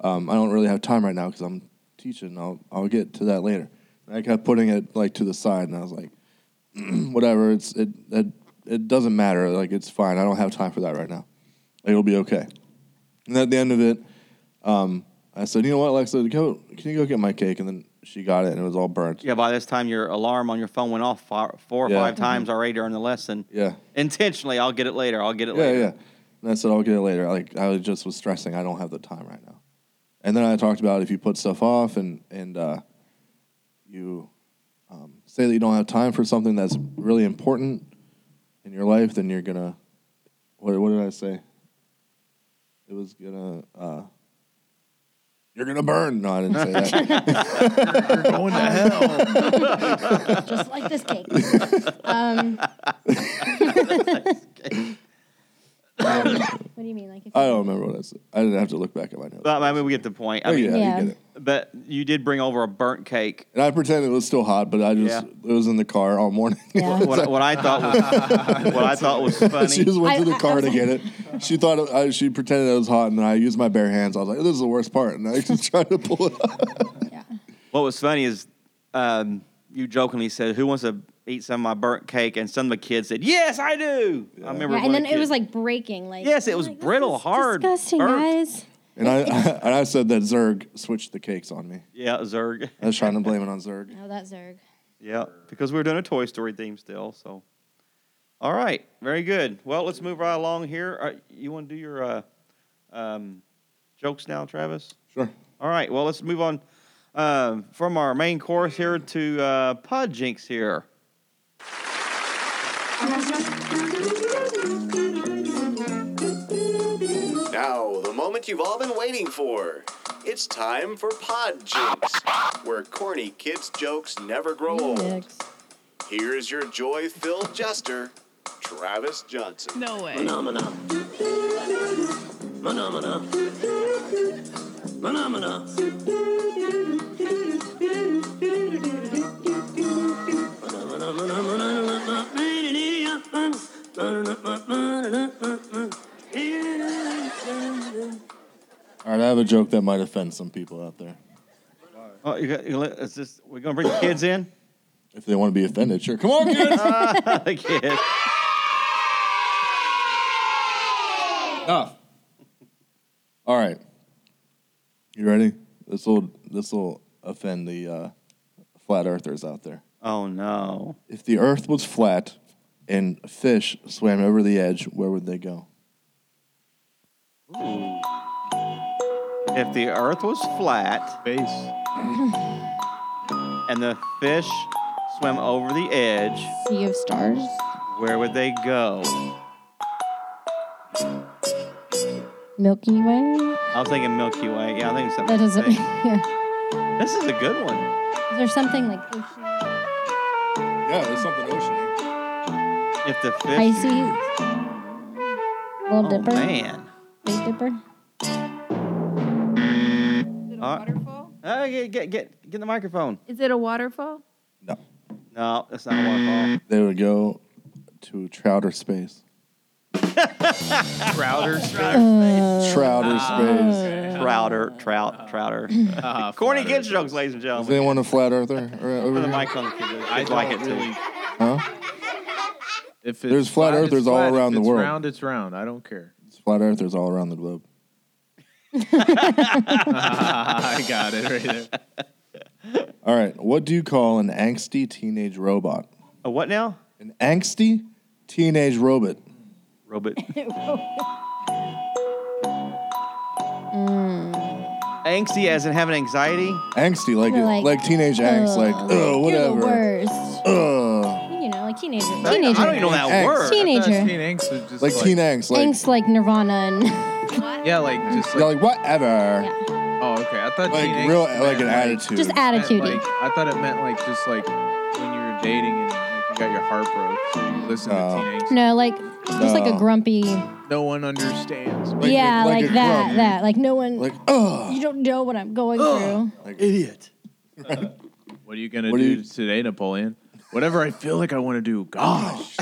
um, I don't really have time right now because I'm teaching. I'll I'll get to that later. And I kept putting it like to the side, and I was like, "Whatever, it's it it it doesn't matter. Like it's fine. I don't have time for that right now. It'll be okay." And at the end of it, um, I said, "You know what, Alexa? Go, can you go get my cake?" And then she got it, and it was all burnt.
yeah, by this time your alarm on your phone went off four, four or
Yeah.
Mm-hmm.
five times already during the lesson.
Yeah.
Intentionally, I'll get it later. I'll get it
Yeah,
later.
yeah. And I said, I'll get it later. Like I was just was stressing. I don't have the time right now. And then I talked about if you put stuff off and and uh, you um, say that you don't have time for something that's really important in your life, then you're gonna. What what did I say? It was gonna. Uh, you're gonna burn. No, I didn't say that.
You're going to hell.
just like this cake. what do you mean? Like if
I don't remember what I said. I didn't have to look back at my notes.
But I mean, we get the point. I
Oh,
mean,
yeah,
Yeah.
you get it.
But you did bring over a burnt cake.
And I pretended it was still hot, but I just it was in the car all morning.
Yeah.
What, what I thought was what I thought was
she
funny.
just went
I-
to the
I-
car to get it. She thought it, I, she pretended it was hot, and I used my bare hands. I was like, "This is the worst part," and I just tried to pull it. Up.
yeah.
What was funny is um, you jokingly said, "Who wants to eat some of my burnt cake?" And some of the kids said, "Yes, I do." I remember.
yeah,
one
and then it
kid-
was like breaking. Like
Yes, it
I'm
was
like, this
brittle,
is
hard,
disgusting,
burnt.
guys.
And I, and I said that Zerg switched the cakes on me.
yeah, Zerg.
I was trying to blame it on Zerg.
No, that's Zerg.
Yeah, because we were doing a Toy Story theme still. So, all right, very good. Well, let's move right along here. Uh, you want to do your uh, um, jokes now, Travis?
Sure.
All right. Well, let's move on um from our main course here to uh, Pod Jinx here.
Now, the moment you've all been waiting for. It's time for Pod Jinx, where corny kids' jokes never grow old.
Dicks.
Here's your joy filled jester, Travis Johnson.
No way.
Phenomena. Phenomena. Phenomena.
All right, I have a joke that might offend some people out there.
Oh, you got, you let- is this, we're gonna bring the kids in.
If they want to be offended, sure. Come on, kids.
Kid.
Enough. All right. You ready? This will this will offend the uh, flat earthers out there.
Oh no.
If the earth was flat and fish swam over the edge, where would they go?
If the earth was flat
Face.
and the fish swam over the edge,
Sea of Stars.
where would they go?
Milky Way.
I was thinking Milky Way. Yeah, I think something.
That doesn't. Yeah.
This is a good one.
Is there something like ocean,
Yeah, there's something ocean.
If the fish.
icy? Little
Oh
Dipper.
man.
Big Dipper.
Is it a
Uh,
waterfall?
Uh, get, get get get the microphone.
Is it a waterfall?
No,
No, that's not a waterfall.
they would go to trouter space.
Crowder.
Trouter space.
Trouter, trout, trouter.
Uh,
Corny
flatter.
kids jokes, ladies and
Is
gentlemen.
anyone a flat earther or over
Put the
here?
mic on the kids.
I
Kids like it
don't
too.
really.
Huh?
If it's
There's flat
it's
earthers all
flat.
around
if
the
it's
world.
round, it's round. I don't care.
It's flat earthers all around the globe.
I got it right there.
All right. What do you call an angsty teenage robot?
A what now?
An angsty teenage robot.
Robot. Mm. Angsty as in having anxiety?
Angsty, like
You're
like,
like,
teenage angst, like
Ugh,
oh whatever.
You're the worst.
Ugh.
You know, like teenager.
I don't
Teenager.
even know that
Angst.
word.
Teen- Teenager.
That's Teen angst is just
Like, teen angst, like
Angst like Nirvana and.
Yeah, like just
yeah,
like.
like whatever.
Yeah.
Oh, okay. I thought
Like
teen angst
real
meant,
like an
like,
attitude.
Just
meant,
attitude.
Like, I thought it meant like just like when you were dating and like, you got your heart broke. So you listen
No.
to teen angst.
No, like just like
No.
a grumpy.
No one understands.
Like-
yeah,
like
like,
a
that.
grump.
That like no one.
like ugh.
you don't know what I'm going through.
idiot.
What are you gonna
What do
do
you-
today, Napoleon? Whatever I feel like I want to do.
Oh.
Gosh.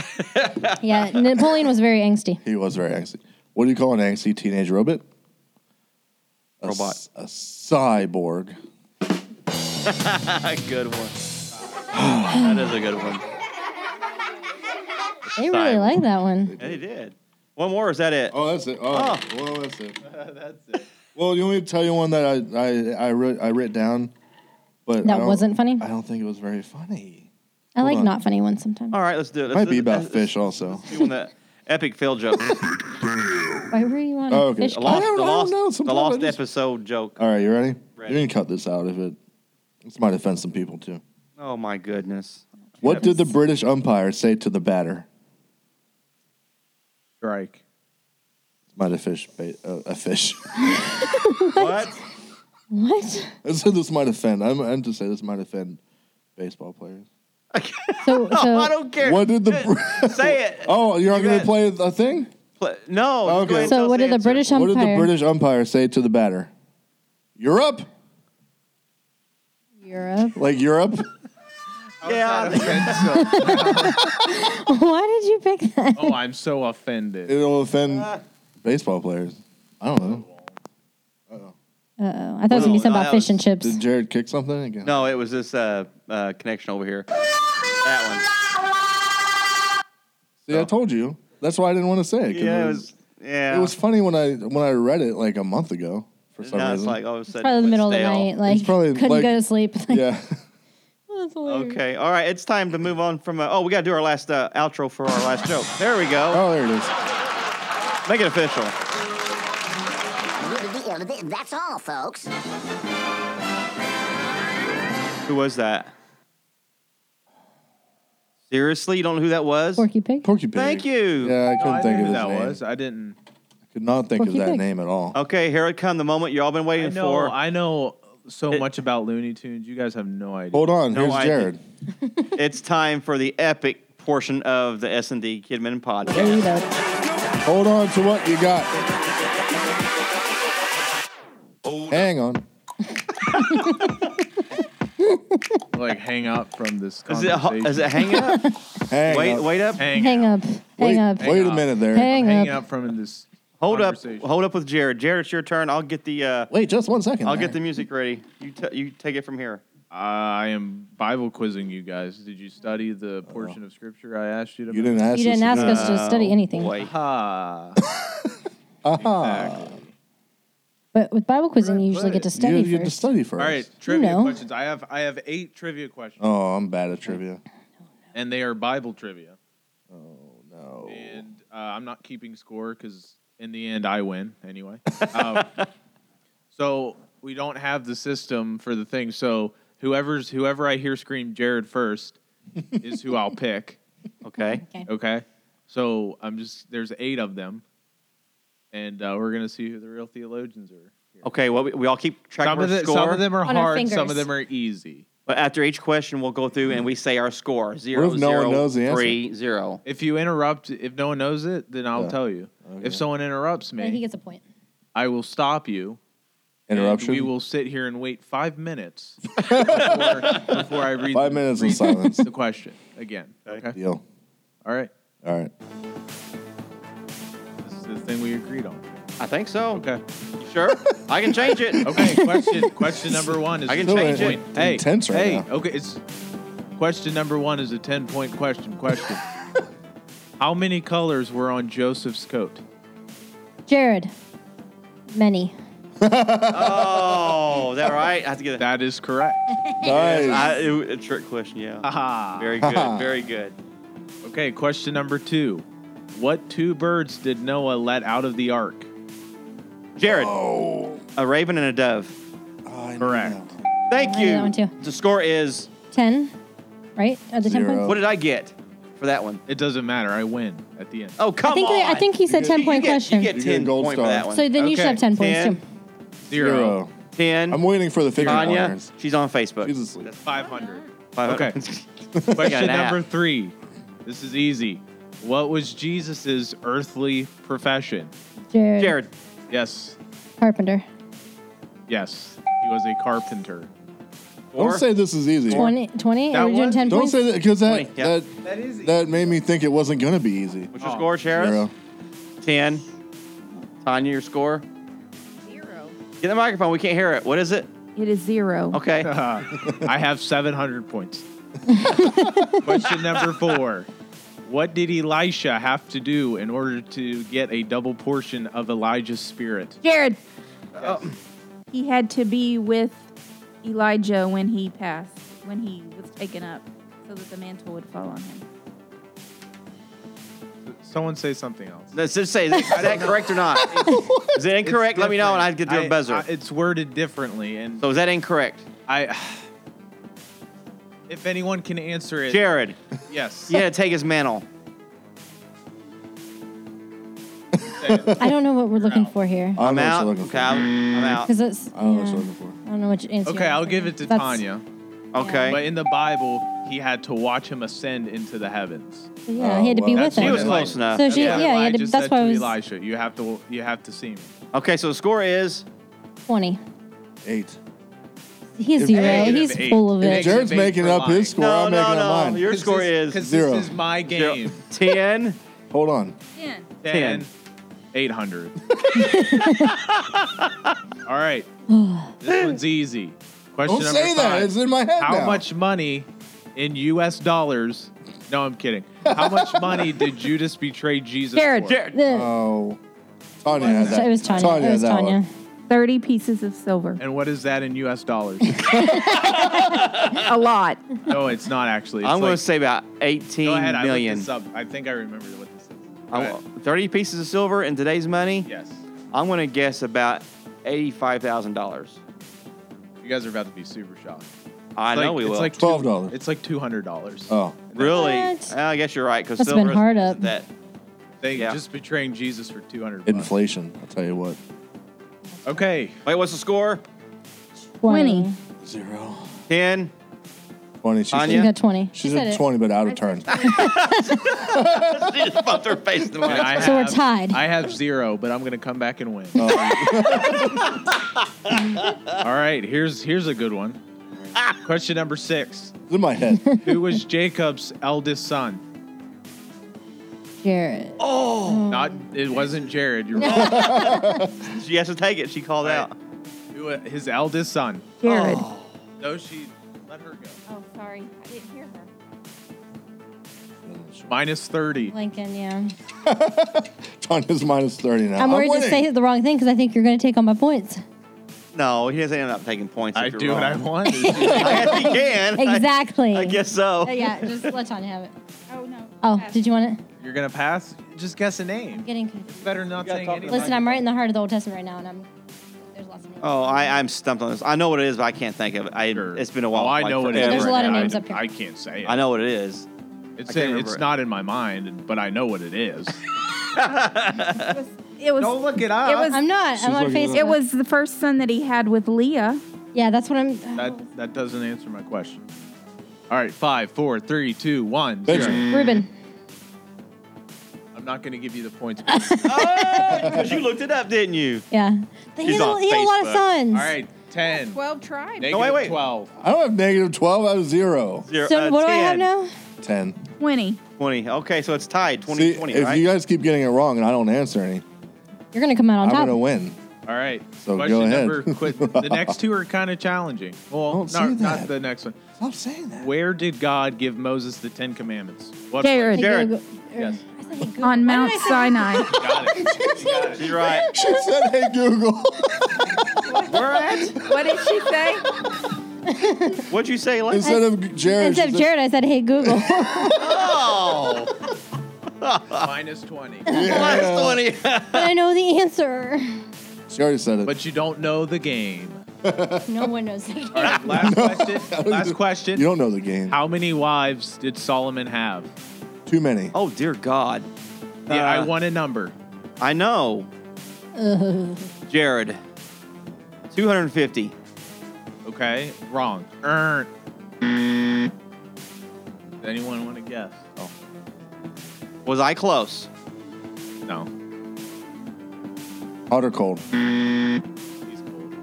Yeah, Napoleon was very angsty.
He was very angsty. What do you call an angsty teenage robot? A
Robot.
s- A cyborg.
good one. that is a good one.
They really
Cyborg.
like that one.
And he did. One more, is that it?
Oh, that's it.
Oh.
well, that's it.
That's it.
Well, you want me to tell you one that I I I wrote I wrote down, but I
That
don't-
wasn't funny.
I don't think it was very funny.
I like
on.
not funny ones sometimes.
All right, let's do it. Let's
Might
do-
be about
let's-
fish also.
let's do one that epic fail joke. The
Why were you on
Oh,
oh,
okay.
fish?
I
lost,
don't-
the
I don't
lost,
know.
the
Sometimes I
lost
just-
episode joke.
All right, you ready?
Ready.
You can cut this out if it. This might offend some people too.
Oh my goodness.
What did the British umpire say to the batter?
Strike.
Might have fish, ba- uh, a fish.
What?
What?
I said this might offend. I'm, I'm to say this might offend baseball players.
Oh,
So,
I
so,
don't care.
What did the Br-
Say it.
oh you're not
You
going to
got-
play a thing?
Pla- No.
Okay.
go ahead and tell
so
us
what did the
answer.
British
What
umpire?
did the British umpire say to the batter? Europe,
Europe.
like Europe.
Yeah, I
I'm
think-
not offended,
Why did you pick that?
so- oh, I'm so offended.
It'll offend baseball players. I don't know.
Uh oh, I thought it was
Well,
gonna be something
no,
about
that
fish and
was-
chips.
Did Jared kick something again?
No, it was this uh, uh, connection over here. That
See, I told you. That's why I didn't want to say it.
one.
'cause
Yeah, it was. Yeah.
It was funny when I when I read it like a month ago for some
Now it's
reason.
like all of a sudden.
Probably the
it
middle
went
of the
stale.
night. Like
probably,
couldn't
like-
go to sleep. Like,
yeah.
oh, that's hilarious.
Okay. All right. It's time to move on from. Uh, oh, we got to do our last uh, outro for our last joke. There we go.
Oh, there it is. Oh.
Make it official.
That's all, folks.
Who was that? Seriously, you don't know who that was?
Porky pig.
Porky Pig.
Thank you. Oh,
Yeah, I
No,
couldn't
I
think
knew
of
who
his
that
name.
was. I didn't.
Could not think
Porky
of that
Pig.
name at all.
Okay. Here it come. The moment you all been waiting
I know.
for.
I know so
It-
much about Looney Tunes. You guys have no idea.
Hold on.
No,
Here's
I-
Jared.
it's time for the epic portion of the S and D Kidman podcast.
There you go.
Hold on to what you
Oh,
got. Hang on. Oh.
Like hang up from this
Is it,
conversation.
is it hang up?
Hang
wait,
up.
wait up.
hang,
Hang up.
Wait,
Hang up.
wait a
up.
minute there.
Hang
hang
up.
up from this.
Hold up.
conversation.
Hold up with Jared. Jared, it's your turn. I'll get the uh,
Wait, just one second.
I'll
there.
get the music ready. You t- you take it from here.
I am Bible quizzing you guys. Did you study the portion of scripture I asked you to?
You didn't ask.
You didn't
us
ask
to
us to study anything.
Wait.
Ha. Exactly.
But with Bible quizzing,
Right,
you usually
right.
get to
do
study
that. You
first.
you had to study first.
All right, trivia
know.
questions. I have I have eight trivia questions,
Oh, I'm bad at trivia.
and they are Bible trivia.
Oh no.
And uh, I'm not keeping score because in the end I win anyway. um, so we don't have the system for the thing. So whoever's whoever I hear scream Jared first is who I'll pick.
Okay.
Okay.
Okay. So I'm just there's eight of them, and uh, we're gonna see who the real theologians are. Here.
Okay. Well, we, we all keep track
Some
of
of,
our
the,
score.
some of them are
On our
hard. Some
fingers.
of them are easy.
But after each question, we'll go through and we say our score: zero,
What if no one
zero,
knows the answer?
three, zero.
If you interrupt, if no one knows it, then I'll
Yeah.
tell you.
Okay.
If someone interrupts me,
Yeah, he gets a point.
I will stop you. and
Interruption.
We will sit here and wait five minutes before, before I read
Five minutes of
read
silence.
the question again. Okay.
Deal.
All right.
All right.
This is the thing we agreed on.
I think so.
Okay.
You Sure. I can change it.
Okay. Question. question number one is.
I can
a
change
ten
it.
point- Hey.
Intense right
hey.
now.
Okay. It's question number one is a ten-point question. Question. How many colors were on Joseph's coat?
Jared, many.
Oh, is that right? I have to get that.
That is correct.
Nice.
I, it- a trick question. Yeah.
Aha.
Very good. Very good.
Okay, question number two. What two birds did Noah let out of the ark?
Jared,
oh.
a raven and a dove.
I knew
Correct.
that.
Thank
I knew
you.
that one too.
The score is.
Ten, right? Are the ten
Zero.
points?
What did I get for that one?
It doesn't matter. I win at the end.
Oh come
I think
on!
they- I think he said
You
10
get-
point
you get-
question.
You get
You get
ten
gold
point for
star.
that one.
So then you should
Okay,
have ten points
ten.
too.
Zero.
Zero.
ten.
I'm waiting for the figure
Tanya,
pointers.
she's on Facebook.
She's asleep.
That's 500.
Five-
Okay.
Got
Question
an app.
number three. This is easy. What was Jesus's earthly profession?
Jared,
Jared,
Yes.
Carpenter.
Yes. He was a carpenter.
Don't say this is easy.
20, 20?
That
Are we doing
one?
10
Don't
points?
say that because that
Twenty, yeah.
that
That is
that made me think it wasn't gonna be easy.
what's your
Oh.
score, Sharon?
Zero.
Ten. Tanya, your score.
Zero.
Get the microphone. We can't hear it. What is it?
It is zero.
Okay.
I have 700 points. Question number four. What did Elisha have to do in order to get a double portion of Elijah's spirit?
Jared.
Oh.
He had to be with Elijah when he passed, when he was taken up, so that the mantle would fall on him.
Someone say something else.
Let's just say, is that- is that correct or not? is it incorrect?
It's
Let me know and I
different.
get to a buzzer.
I- it's worded differently, and
so is that incorrect?
I. If anyone can answer it,
Jared,
yes.
you had to take his mantle.
I don't know what we're looking
out.
for here.
I
I'm
know what
out.
you're looking
Okay,
for. I
I'm, I'm out.
Because it's.
don't know what
yeah.
you're Uh, looking for.
I don't know what answer.
Okay, I'll give it to
That's-
Tanya.
Okay.
Mm. But in the Bible, he had to watch him ascend into the heavens.
Yeah, he had to
Oh,
be
well,
with
that's-
him.
She
He was
Elijah.
close enough.
So she, yeah,
what
yeah, he had
Elijah
to,
said
that's why I
to
was
Elisha, you have to, you have to see me.
okay, so the score is.
20.
Eight.
He's
If-
zero.
Negative
He's
eight.
full of
If
it.
Jer-
Jared's
Exhibit
making
for
up
lying.
his score.
No,
I'm
no,
making up
no.
mine.
Your score is
because
zero.
this is my game.
zero. ten.
Hold on.
Ten.
10, 800. All right. This one's easy. Question
Don't
number
say that.
five.
It's in my head
How
now.
much money in U.S. dollars? No, I'm kidding. How much money did Judas betray Jesus
Jared.
for?
Jared.
The-
Oh, Tanya had that.
it was Tanya. it
had
was
that one.
Tanya.
Thirty pieces of silver.
And what is that in U.S. dollars?
A lot.
Oh.
no, it's not actually. It's
I'm going
like-
to say about eighteen
Go
million.
ahead. I looked this up. I think I remember what this is. Go
I
ahead.
want 30 pieces of silver in today's money.
Yes.
I'm going to guess about $85,000.
You guys are about to be super shocked.
I
It's
know
like-
we will.
It's like two-
$12.
It's like two hundred dollars.
Oh,
really?
What?
Well, I guess you're right because
That's
silver
been hard
isn't
up.
that.
They
Yeah.
just betraying Jesus for two hundred.
inflation. I'll tell you what.
Okay.
Wait, what's the score?
20.
Twenty.
Zero.
10.
Twenty. She
She
Anya?
said,
got 20.
she
said
said
it.
twenty, but out of turn.
she just bumped her face in the
And
mic.
I
So we're
have-
tied.
I have zero, but I'm gonna come back and win.
Oh.
All right, here's here's a good one. Question number six:
It's in my head.
Who was Jacob's eldest son?
Jared.
Oh,
Not it wasn't Jared. You're wrong.
She has to take it. She called
Right.
out.
Who- His eldest son.
Jared.
No, she. Let her go.
Oh, sorry. I didn't hear her.
Minus 30.
Lincoln, yeah.
Tanya's minus 30 now.
I'm worried to
winning.
say the wrong thing because I think you're going to take all my points.
No, he doesn't end up taking points.
I
if you're
do what I
wrong.
want. It's-
I guess he can. I-
Exactly.
I, guess so.
Uh, yeah, just let Tanya have it.
Oh no.
Oh, did you want it?
You're going to pass? Just guess a name.
Getting confused.
Better not
You gotta
saying
talk
anything.
Listen, I'm right in the heart of the Old Testament right now, and I'm there's lots of names.
Oh, I, I'm stumped on this. I know what it is, but I can't think of it. I, It's been a while.
Oh, I
like,
know what it is.
forever.
There's a lot of
I-
names up here.
I can't say it.
I know what it is. I
It's,
can't
it's
remember it.
not in my mind, but I know what it is.
It was. It was,
Don't look it up.
It was-
I'm not.
She's
I'm on
looking it
Facebook.
up.
it was the first son that he had with Leah.
Yeah, that's what I'm.
that, that doesn't answer my question. All right, five, four, three, two, one,
Thank
zero.
you.
Ruben.
I'm not going to give you the points.
Because Oh, you looked it up, didn't you?
Yeah. He
He's
had, a-
on
he had a lot of
Facebook.
sons.
All right, 10.
Twelve tribes.
negative
wait, wait.
12.
I don't have negative 12. I have zero.
Zero-
So
uh,
what do I
10,
have now?
10.
Twenty.
20. Okay, so it's tied. 20,
See,
20,
if
right?
you guys keep getting it wrong and I don't answer any,
You're going to come out on
I'm going to
top.
win.
All right.
So
question
go ahead.
number quick. The next two are kind of challenging. Well,
Don't
no,
say
not
that.
the next one.
Stop saying that.
Where did God give Moses the Ten Commandments? What
Jared.
Jared.
Google- er,
Yes.
I said, hey, Google. Why
On
did
Mount
I say-
Sinai.
place? Got it. You got it.
She's right.
She said, hey, Google.
Where at?
what did she say?
What'd you say, Lex?
Instead of Jared. she
Instead of
said-
Jared, I said, hey, Google.
Oh,
Minus 20.
minus 20.
but I know the answer.
She already said it.
But you don't know the game.
No one knows. the
All right, last question. Last question.
you don't know the game.
How many wives did Solomon have?
Too many.
oh, dear God.
yeah, I
Uh,
want a number.
I know. Jared. 250.
Okay, wrong. Er. Does anyone want to guess? Oh,
Was I close?
no.
Hot or cold?
He's cool.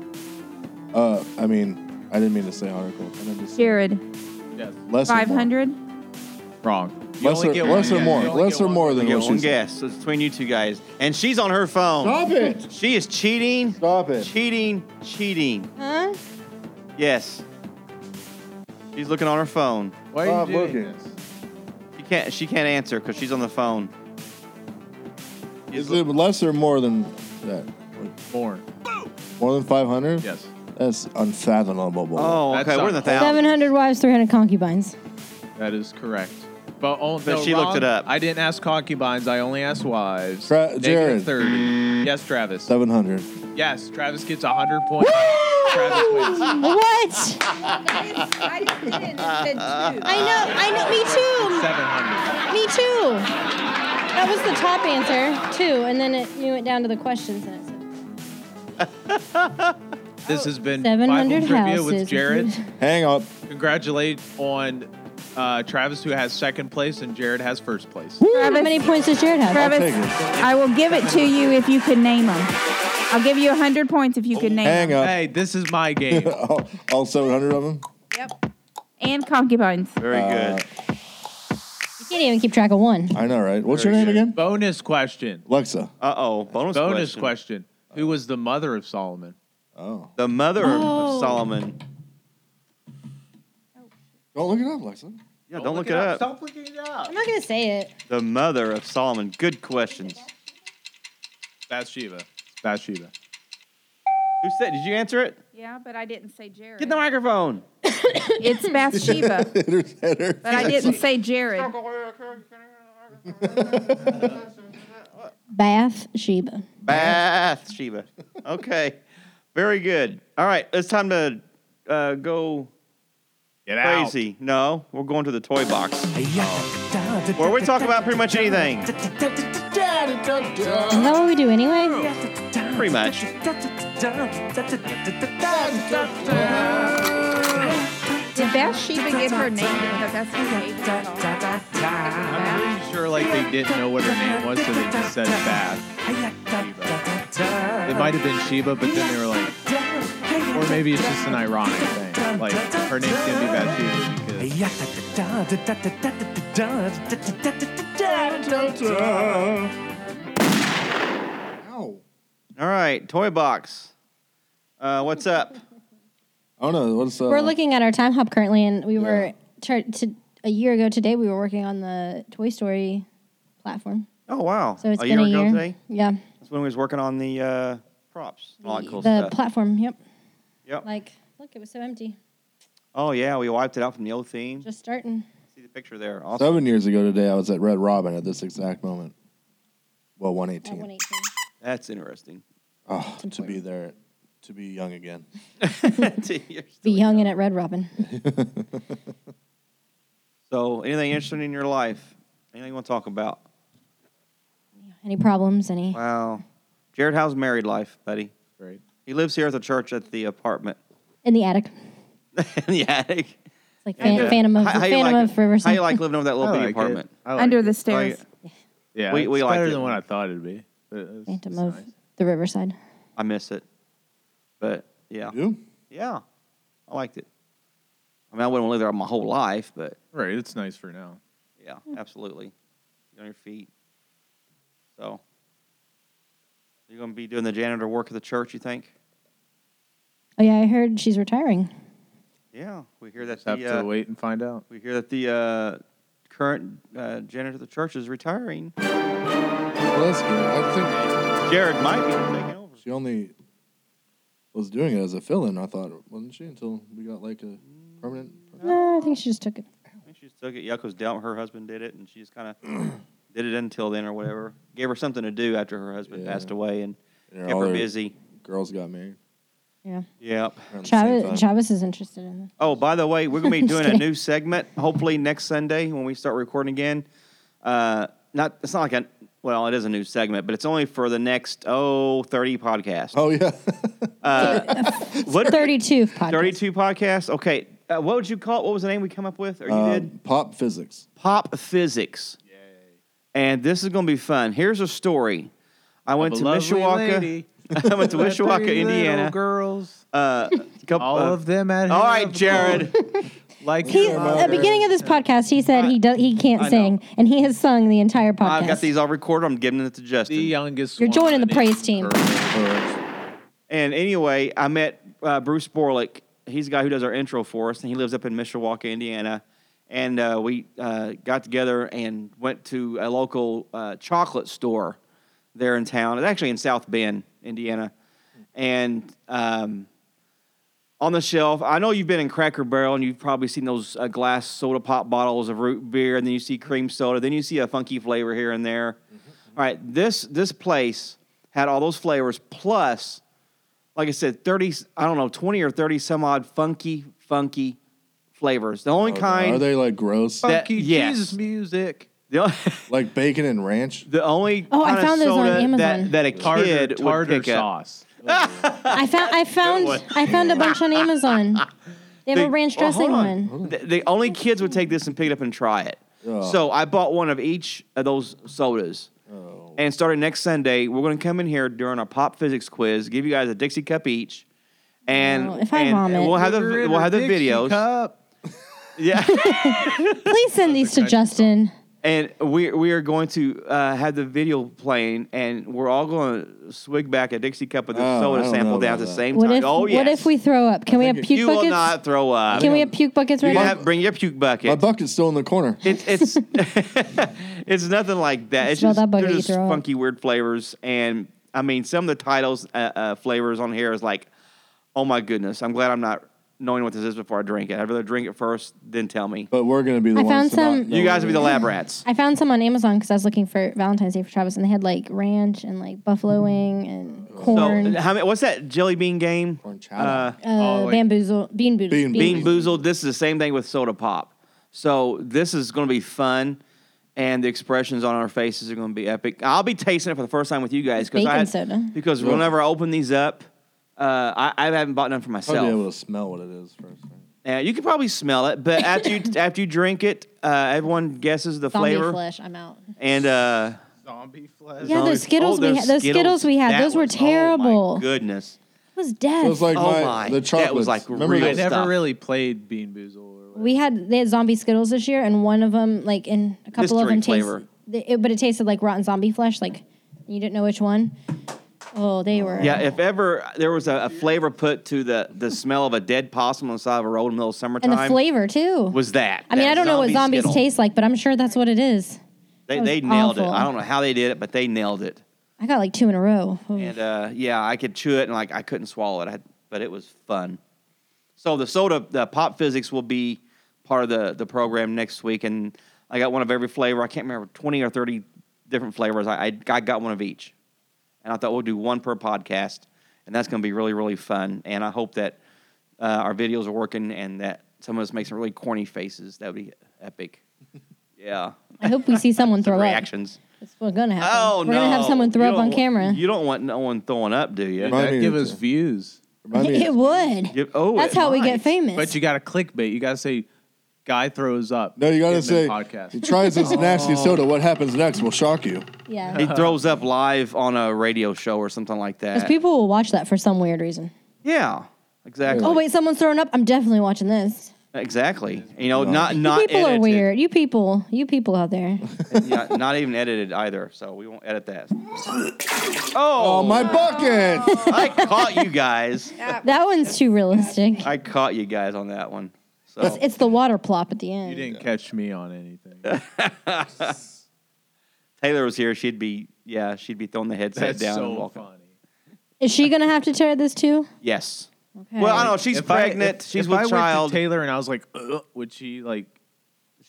Uh, I mean, I didn't mean to say hot or cold. I meant to say
Jared.
Yes.
less or more.
Five hundred.
Wrong. You
Less
only
or,
get
less
one
or
guess.
more.
You only
Less
get
or
one
more than
Get
what she
one
said.
guess. It's between you two guys. And she's on her phone.
Stop it.
She is cheating.
Stop it.
Cheating. Cheating.
Huh?
Yes. She's looking on her phone.
Why are
Stop
you doing
looking.
this?
She can't. She can't answer because she's on the phone.
Is it less or more than that?
More.
More than 500?
Yes.
That's unfathomable.
Oh,
That's
okay. We're in the
not-
thousand.
700 wives, 300 concubines.
That is correct. But oh,
But
no,
she looked
wrong.
it up.
I didn't ask concubines. I only asked wives.
Tra-
Negative
Jared.
Thirty. Yes, Travis.
700.
Yes, Travis gets hundred points. Travis wins.
What?
I just didn't.
I know. I know. Me
Seven hundred.
too. Me too. That was the top answer, too. And then it, you went down to the questions. And it said,
This has been Bible
700
trivia
houses.
with Jared.
Hang up.
Congratulate on uh, Travis, who has second place, and Jared has first place.
How many points does Jared have?
take
Travis,
it.
I will give it to you if you can name them. I'll give you 100 points if you can name
Hang
them.
up.
Hey, this is my game.
all, all 700 of them?
Yep. And concubines.
Very
Uh,
good.
You can't even keep track of one.
I know, right? What's
Very
your name
good.
again?
Bonus question.
Alexa.
Uh oh. Bonus,
Bonus
question.
question. Who was the mother of Solomon?
Oh.
The mother
Oh.
of Solomon.
Don't look it up, Alexa.
Yeah, don't, look, it up.
Stop looking it up.
I'm not going to say it.
The mother of Solomon. Good questions.
Bathsheba. Bathsheba.
Who said? Did you answer it?
Yeah, but I didn't say Jared.
Get the microphone.
It's Bathsheba,
Hit her, hit her.
but I didn't say Jared.
Bath Sheba.
Bathsheba. Okay. Very good. All right. It's time to uh, go
Get
crazy. No, we're going to the toy box. Where we talk about pretty much anything.
Is that what we do anyway?
Pretty much.
Did Bathsheba give her name? Because that's her name.
I'm pretty sure like they didn't know what her name was, so they just said Bath. It might have been Sheba, but then they were like, or maybe it's just an ironic thing. Like her name's gonna be Bathsheba because
Ow.
All right. Toy box. Uh, what's up?
All Oh no, what's uh,
We're looking at our time hop currently, and we
Yeah.
were tr- to, a year ago today. We were working on the Toy Story platform,
Oh wow!
so it's
a
been
year
a
ago
year.
today.
Yeah,
That's when we was working on the uh, props, and all that cool
the
stuff.
platform. Yep.
yep.
Like, look, it was so empty.
oh yeah, we wiped it out from the old theme.
Just starting.
See the picture there. Awesome.
seven years ago today. I was at Red Robin at this exact moment. Well, one
At
eighteen.
118.
That's interesting.
Oh,
It's
to be there, to be young again.
Be
Be
young and at Red Robin.
So, anything interesting in your life? Anything you want to talk about?
any problems? Any?
Wow. Jared, how's married life, buddy?
Great.
He lives here at the church at the apartment
In the attic.
in the attic.
It's like
Yeah,
fan,
good.
Phantom of
How- how you
Phantom
like
of
it?
Riverside.
How you like living over that
I
little bitty
like it.
apartment?
I
Under
like
the
it.
stairs.
Like- yeah,
We-
we,
we
it's
liked
better
it.
than what I thought it'd be. but it's-
Phantom
it's
of
nice.
the Riverside.
I miss it. But yeah.
You?
Yeah. I liked it. I mean, I wouldn't want to live there my whole life, but
Right, it's nice for now.
yeah,
Hmm.
absolutely. Get on your feet. So, you're going to be doing the janitor work at the church, you think?
Oh yeah, I heard she's retiring.
Yeah. We hear that
Just have
the,
to
uh,
wait and find out.
we hear that the uh, current uh, janitor of the church is retiring.
Well, that's good. I think
Jared might be taking over.
she only was doing it as a fill-in. I thought, wasn't she? Until we got like a permanent.
Oh.
No, I think she just took it.
I think she just took it. Yucko's down. Her husband did it, and she just kind of did it until then, or whatever. Gave her something to do after her husband
Yeah.
passed away, and
Yeah,
kept
all
her
the
busy.
Girls got married.
Yeah.
Yep.
around the same time.
Travis, Travis is interested in
Oh, by the way, we're gonna be
Just
doing a
kidding.
new segment. Hopefully next Sunday when we start recording again. Uh, not it's not like a well, it is a new segment, but it's only for the next oh 30 podcasts.
Oh yeah.
what
it. Thirty-two podcast.
32 podcasts? Okay, uh, what would you call it? What was the name we come up with? Or you
Uh,
did?
pop physics.
Pop Physics. And this is going to be fun. Here's a story. I went to
lovely
Mishawaka.
lady.
I went to Mishawaka,
Three little
Indiana.
Girls,
Uh, a couple-
all
uh,
of them at
all
him.
right, Jared.
Like
He,
your
at
mother.
the beginning of this podcast, he said he do, he can't
I know.
sing, and he has sung the entire podcast.
I've got these all recorded. I'm giving it to
the uh,
Justin.
youngest.
You're joining the
one in
praise team.
girl.
And anyway, I met uh, Bruce Borlick. He's the guy who does our intro for us, and he lives up in Mishawaka, Indiana. And uh, we uh, got together and went to a local uh, chocolate store there in town. It's actually in South Bend, Indiana. And um, on the shelf, I know you've been in Cracker Barrel and you've probably seen those uh, glass soda pop bottles of root beer, and then you see cream soda, then you see a funky flavor here and there. All right, this this place had all those flavors plus like I said, 30, I don't know, 20 or 30 some odd funky, funky flavors. The only
Oh,
kind,
Are they like gross?
That-
Funky
yes.
Jesus music.
the, only-
like bacon and ranch?
the only
Oh, I
kind
found
of
those on
soda
Amazon.
that, that a
Tartar,
kid
tartar
would pick up.
sauce.
I found I
one.
found I found a bunch on Amazon. They have a ranch
well,
dressing
hold on.
one.
The, the only kids would take this and pick it up and try it.
Oh.
So I bought one of each of those sodas.
Oh.
And starting next Sunday, we're going to come in here during our pop physics quiz, give you guys a Dixie cup each. And,
No, if I
and
vomit.
we'll have the
You're in
we'll
a
have the
Dixie
videos.
Cup.
Yeah.
Please send these to Justin.
And we we are going to uh, have the video playing, and we're all going to swig back a Dixie cup of the
Oh, I
soda
don't
sample
know
down at
about
the
that.
same
What
time.
if
oh yes.
what if we throw up? Can we have
think
puke
you will
buckets?
not throw up.
Can we have puke buckets
you
right
can
now?
have, bring your puke
My
bucket.
bucket's still in the corner.
It, it's it's nothing like that. It's
Smell
just
that bucket
they're
you
just
throw up.
funky, weird flavors, and I mean, some of the titles, uh, uh, flavors on here is like, oh my goodness, I'm glad I'm not knowing what this is before I drink it. I'd rather drink it first than tell me.
But we're gonna be the
I
ones
found
to not
some-
know
you guys
what
would be the
it
lab rats.
I found some on Amazon because I was looking for Valentine's Day for Travis, and they had like ranch and like buffalo wing and corn,
So, how many, what's that jelly bean game?
Horchata.
uh,
like-
bamboozle, bean boozle,
Bean
Bean Boozled. This is the same thing with Soda Pop. So this is going to be fun, and the expressions on our faces are going to be epic. I'll be tasting it for the first time with you guys because
Bacon
I
soda.
because whenever I open these up, uh, I, I haven't bought none for
Probably
myself.
able to smell what it is first. Right?
Uh, you can probably smell it, but after you after you drink it, uh, everyone guesses the
zombie
flavor
flesh. I'm out.
and. Uh,
Zombie flesh.
Yeah, those Skittles
oh,
we had, those Skittles we had,
That
those were
was- oh my
terrible. it
goodness,
was
So
death.
it's like
Oh
my,
my,
the chocolates.
that was like
Remember
real
I
those-
never
stuff.
really played Bean Boozle. Or whatever.
We had they had zombie Skittles this year, and one of them, like in a couple of
Mystery
them,
flavor.
tasted, it, but it tasted like rotten zombie flesh. Like you didn't know which one. Oh, they were.
Yeah, if ever there was a, a flavor put to the, the smell of a dead possum on the side of a road in the middle of summertime,
and the flavor too.
was that.
I mean,
that
I don't know what
zombie
zombies
Skittle.
taste like, but I'm sure that's what it is.
They,
was
they nailed
awful.
it. I don't know how they did it, but they nailed it.
I got like two in a row. Oh.
And uh, yeah, I could chew it and like I couldn't swallow it, I had, but it was fun. So the soda, the pop physics will be part of the the program next week, and I got one of every flavor. I can't remember twenty or thirty different flavors. I I, I got one of each, and I thought we'll do one per podcast, and that's going to be really really fun. And I hope that uh, our videos are working and that some of us make some really corny faces. That would be epic. yeah,
I hope we see someone
Some
throw up.
reactions.
That's what's gonna happen.
Oh
we're
no!
gonna have someone throw
You
up on
don't-
camera.
You don't want no one throwing up, do you?
Dude,
Remind
that'd
me
give
to-
us views.
Remind me,
it would.
You- oh,
that's
it
how we get
might.
famous.
But you got to clickbait. You got to say, "Guy throws up."
no, you gotta
Kidman
say he
podcast.
tries this nasty soda. What happens next will shock you.
yeah,
He throws up live on a radio show or something like
because
that.
people will watch that for some weird reason.
yeah, exactly.
Oh wait, someone's throwing up. I'm definitely watching this.
exactly. You know, not not
you people
edited.
are weird. You people, you people out there.
yeah, not even edited either. So we won't edit that.
Oh,
Oh,
my bucket!
I caught you guys.
that one's too realistic.
I caught you guys on that one. So
It's the water plop at the end.
You didn't catch me on anything.
Taylor was here. She'd be yeah. She'd be throwing the headset
That's
down and
so
walking.
funny.
Is she gonna have to tear this too?
Yes.
Okay.
Well, I don't know. She's
If I-
pregnant.
if-
she's
if I
with
went to
child.
Taylor and I was like, "Ugh," would she like?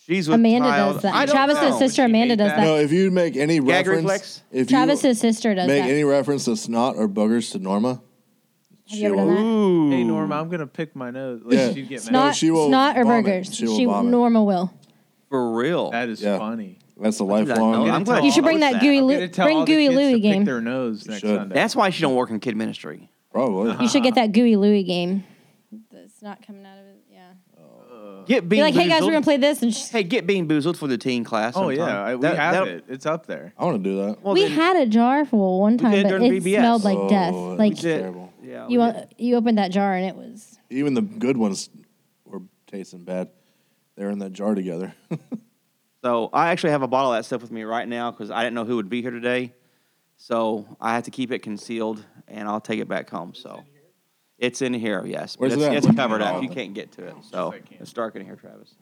she's with
Amanda
child.
does that.
I don't
Travis's
know.
sister
She
Amanda
ate
does
that.
that.
no, if you make any
Gag
reference,
reflex?
if you
Travis's sister does
make
that.
any reference to snot or boogers to Norma,
Have you ever done that?
Ooh.
Hey Norma, I'm gonna pick my nose. Like,
Yeah.
she'd get mad.
Snot,
she will
snot or
vomit.
burgers.
She will
she
vomit.
Norma will.
For real.
That is
Yeah.
funny.
That's a
did I know
lifelong.
that? I'm glad
You should
Oh,
bring
that
that,
was
gooey
that.
I'm
Lou-
gonna tell
bring
all the
gooey
kids to
Louie game.
Pick their nose next
should.
Sunday.
That's why she don't work in kid ministry.
Probably.
You should get that gooey Louie game. It's not coming out of it. Yeah.
Get bean
Be like, hey guys,
boozled.
we're gonna play this, and she's
Hey, get bean boozled for the teen class.
oh
sometime.
yeah, I, we
That-
have
that'll-
it. It's up there.
I want to do that.
Well,
we
then-
had a jar full one time,
did
but
during
it
VBS.
smelled like
Oh,
death.
that
Like
was
did.
terrible.
Oh, Yeah, we
you,
did.
o- you opened that jar, and it was.
Even the good ones were tasting bad. They're in that jar together.
So I actually have a bottle of that stuff with me right now because I didn't know who would be here today. So I have to keep it concealed, and I'll take it back home. So it's in here, yes. But
Where's
it's,
it at?
it's covered
Oh.
up. You can't get to it. So
I can't.
it's dark in here, Travis.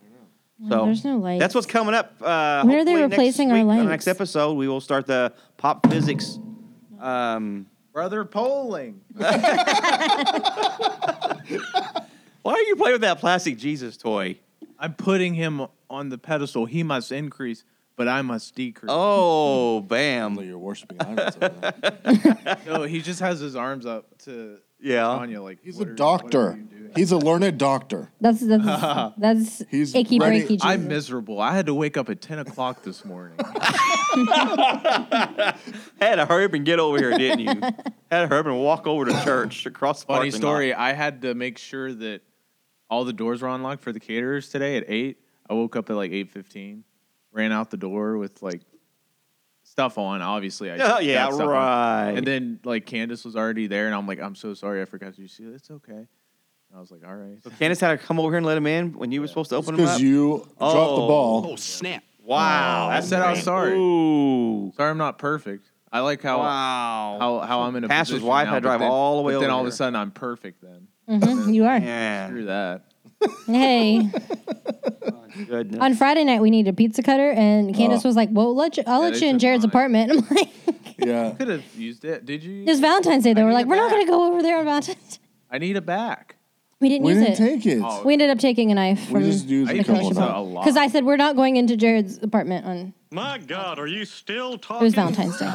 Well,
So
there's no light.
That's what's coming up. Uh,
When are they
hopefully
replacing
next week,
our
on
lights?
the next episode, we will start the pop physics. Um,
Brother Poling.
why are you playing with that plastic Jesus toy?
I'm putting him on the pedestal. He must increase, but I must decrease.
Oh,
I'm
bam.
you're worshiping idols. over there.
No, he just has his arms up to
Yeah.
Anya. Like
He's
"What
a
are- what
doctor.
are you doing?"
He's a learned doctor.
That's that's that's
He's
icky
ready-
breaky. Jesus.
I'm miserable. I had to wake up at 10 o'clock this morning.
Had to hurry up and get over here, didn't you? Had to hurry up and walk over to church across the
Funny
parking lot.
story. I had to make sure that all the doors were unlocked for the caterers today at 8. I woke up at like 8.15, ran out the door with like stuff on. Obviously, I
Oh,
got
yeah,
stuff on.
right.
And then like Candace was already there, and I'm like, I'm so sorry. I forgot you. see, it's okay. And I was like, all right.
Candace had to come over here and let him in when you were supposed to open him up.
Because you dropped the
Oh.
ball.
wow,
I said I was sorry.
Ooh,
Sorry, I'm not perfect. I like how
wow.
how how I'm in a
Pastor's
position
wife
now,
had
but
to drive
then-
all the way
But then
over
all of a
here.
sudden, I'm perfect. Then
Mhm, you are.
yeah.
screw that.
Hey,
Goodness.
on Friday night we need a pizza cutter, and Candace was like, "Well, let you, I'll
Yeah,
let
they
you in
took
Jared's
mine.
apartment." I'm like,
Yeah.
Could have used it. Did you?
"It was Valentine's Day, though.
I
We're
need
like,
it
we're not
back.
gonna go over there on Valentine's." Day.
I need it back.
We didn't
We
use
didn't
it.
take it.
Oh,
We ended up taking a knife
We
from
just used
I
a
used
couple
it a
now.
lot.
because I said we're not going into Jared's apartment on.
My God, are you still talking?
It was Valentine's Day.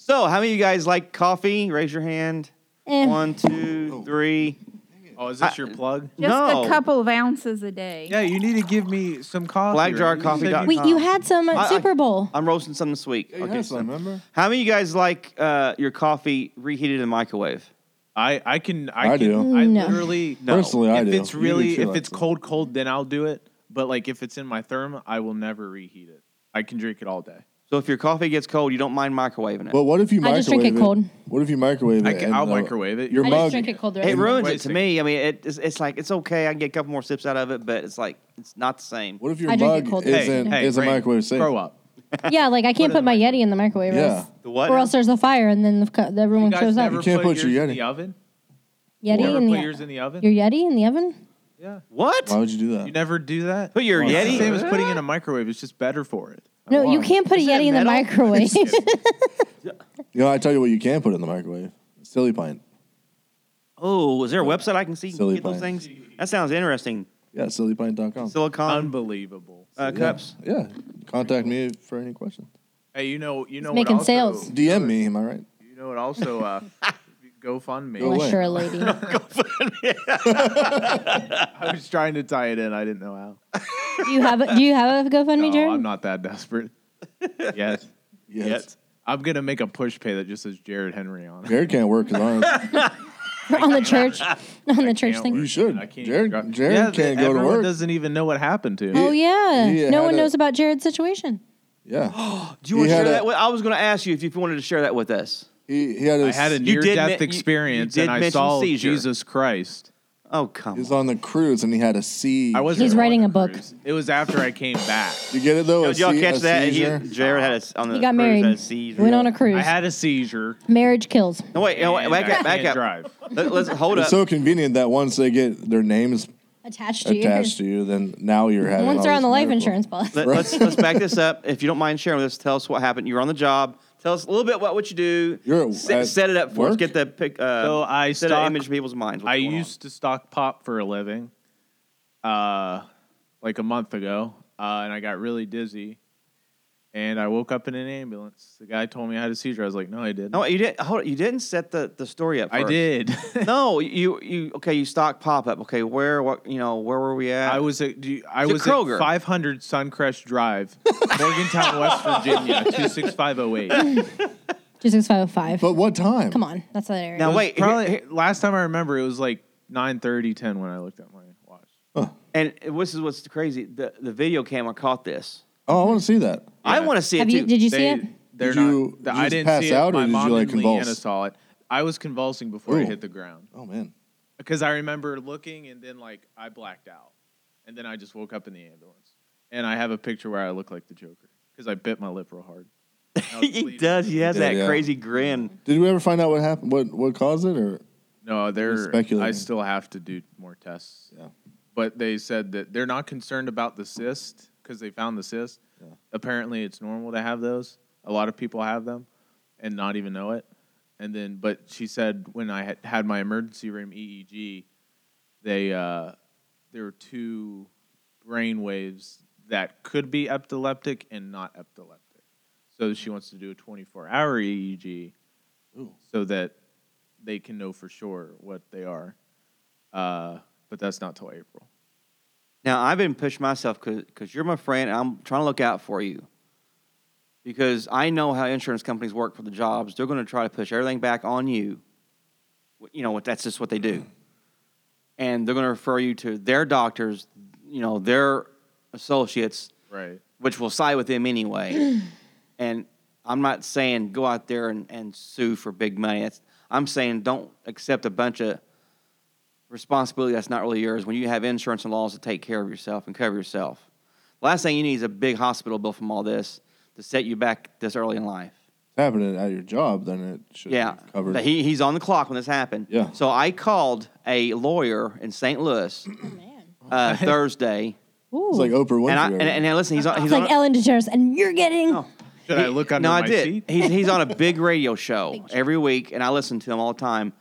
So, how many of you guys like coffee? Raise your hand.
Eh.
One, two, three.
oh, is this your plug?
Just
no.
a couple of ounces a day.
Yeah, you need to give me some coffee.
Black Jar
You
Coffee
said
dot
you-
We, you
Tom.
had some
I-
at
I-
Super Bowl.
I'm roasting something this week.
Yeah, you had
so-
some, remember?
How many of you guys like uh, your coffee reheated in the microwave?
I I can I,
I
can,
do.
I
No.
literally
No.
Personally, I
if
do.
it's
You do
really
too,
if it's
actually.
cold cold then I'll do it. But like if it's in my therm, I will never reheat it. I can drink it all day.
So, if your coffee gets cold, you don't mind microwaving it.
But what if you
I
microwave
just drink it cold.
What if you microwave it?
I can,
and,
I'll
uh,
microwave it.
Your
I
mug.
just drink it cold. the rest
it
of the
ruins
Wait a
it to
second.
me. I mean, it, it's, it's like it's okay. I can get a couple more sips out of it, but it's like it's not the same.
What if your
I drink it
mug
cold.
isn't
Hey,
isn't
Brandon,
microwave safe?
Grow up.
yeah, like I can't put my Yeti in the microwave. or else-
The what?
Or else there's a fire and then the, co- the- everyone
You guys
shows up.
never
You can't
put
put your
yours
Yeti.
in the oven.
Yeti
You never
in
put
the,
yours in the oven.
your Yeti in the oven?
yeah.
What?
Why would you do
You
that?
never do that.
Put your
Why?
It's the
Yeti.
same as putting it in a microwave. It's just better for it.
No, you can't put
Isn't
a
that
Yeti in the
metal?
microwave.
You know, I tell you what, you can put it in the microwave. Silly pint.
Oh, is there a website I can see
Silly
get those
plans.
things? That sounds interesting.
Yeah, sillypint.com.
Um,
Silicon
Unbelievable.
uh,
yeah.
cups.
Yeah. Contact me for any questions.
Hey, you know, you know, what
making
also-
sales.
DM me, am I right?
You know, it also uh, GoFundMe.
Go away.
Unless you're a lady.
I was trying to tie it in. I didn't know how.
do you have a, do you have a GoFundMe,
No,
Jared?
I'm not that desperate. yes.
Yes.
I'm gonna make a push pay that just says Jared Henry on it.
Jared can't work because
on the church on the church
Can't
thing.
work.
You should.
I can't
Jared-
even go-
Jared
Yeah,
can't go to
everyone
work.
Doesn't even know what happened to him.
Oh yeah,
he
no
had
one
a-
knows about Jared's situation.
Yeah.
Do you want
He
to
had
share
a-
that? With, I was going to ask you if you wanted to share that with us.
He, he had
I
his,
had a
he
You did men-
near-death
you- you
experience,
did
and I
mention
saw
seizure.
Jesus Christ.
Oh come
was
on!
on the cruise and he had a C.
I wasn't.
He's
on
writing
the
a book.
cruise. It was after I came back.
You get it though?
Did y'all
A C-
catch
a
that? And
seizure?
He, Jared had a, on the
He got
cruise,
married.
Had a seizure.
Went on a cruise.
I had a seizure.
Marriage kills.
No wait, no, wait
and
back
I
up, back
can't
up.
Drive.
Let, us hold
It's
up.
so convenient that once they get their names
Attached to
attached
yours.
to you, then now you're having.
Once
all
they're on
this
the life
medical-
insurance policy.
Let, us let's back this up. If you don't mind sharing with us, tell us what happened. You were on the job. Tell us a little bit what what you do.
You're at-
S-
at
set it up for us.
work?
Get the pic. Uh,
So I
set
stock-
an image in people's minds. What's
I
going on?
used to stock pop for a living, uh, like a month ago, uh, and I got really dizzy, and I woke up in an ambulance. The guy told me I had a seizure. I was like, no, I didn't.
No, you didn't. Hold. You didn't set the, the story up.
I
first.
did.
No, you you okay? You stock pop up. Okay, where what you know? Where were we at?
I was at do you- I
Is it
was
Kroger?
at 500 Suncrest Drive, Morgantown, West Virginia 26508.
Two six five oh five.
But what time?
Come on, that's that area.
Now-
It was
wait, here-
probably last time I remember it was like 9:30, 10 when I looked at my watch.
and this is what's crazy. The the video camera caught this.
Oh, I want to see that.
I want to see
Have
it too.
you, did you see
They-
it?
They're
Did
not.
you-
the-
did you
I
just
didn't
pass
see it.
out, or
my
did you,
mom
like,
and
convulse?
Leanna saw it. I was convulsing before I
Ooh.
hit the ground.
Oh man.
because I remember looking and then like I blacked out, and then I just woke up in the ambulance. And I have a picture where I look like the Joker because I bit my lip real hard. I was
he
bleeding.
does. He has
did,
that
yeah.
crazy grin.
Did we ever find out what happened? What what caused it? Or
No, they're.
speculating.
I still have to do more tests.
Yeah.
But they said that they're not concerned about the cyst because they found the cyst. Apparently, it's normal to have those. A lot of people have them, and not even know it. And then, but she said when I had, had my emergency room EEG, they uh, there were two brain waves that could be epileptic and not epileptic. So she wants to do a 24 hour EEG
Ooh.
so that they can know for sure what they are. Uh, but that's not till April.
Now I've been pushing myself because you're my friend, and I'm trying to look out for you. Because I know how insurance companies work for the jobs. They're going to try to push everything back on you. Wh- You know what? That's just what they do. And they're going to refer you to their doctors, you know, their associates,
Right.
which will side with them anyway. and I'm not saying go out there and, and sue for big money. That's, I'm saying don't accept a bunch of responsibility that's not really yours when you have insurance and laws to take care of yourself and cover yourself. Last thing you need is a big hospital bill from all this to set you back this early in life.
it's happening at your job, then it should
Yeah.
be covered.
But he, he's on the clock when this happened.
Yeah.
So I called a lawyer in St. Louis
Oh, man.
uh, Thursday.
Ooh.
it's like Oprah Winfrey.
And, I,
over
and,
there.
and now listen, he's on, he's
It's like
on,
Ellen DeGeneres, and you're getting.
No.
Should I look under
no,
my
I did.
seat?
He's he's on a big radio show every week, and I listen to him all the time.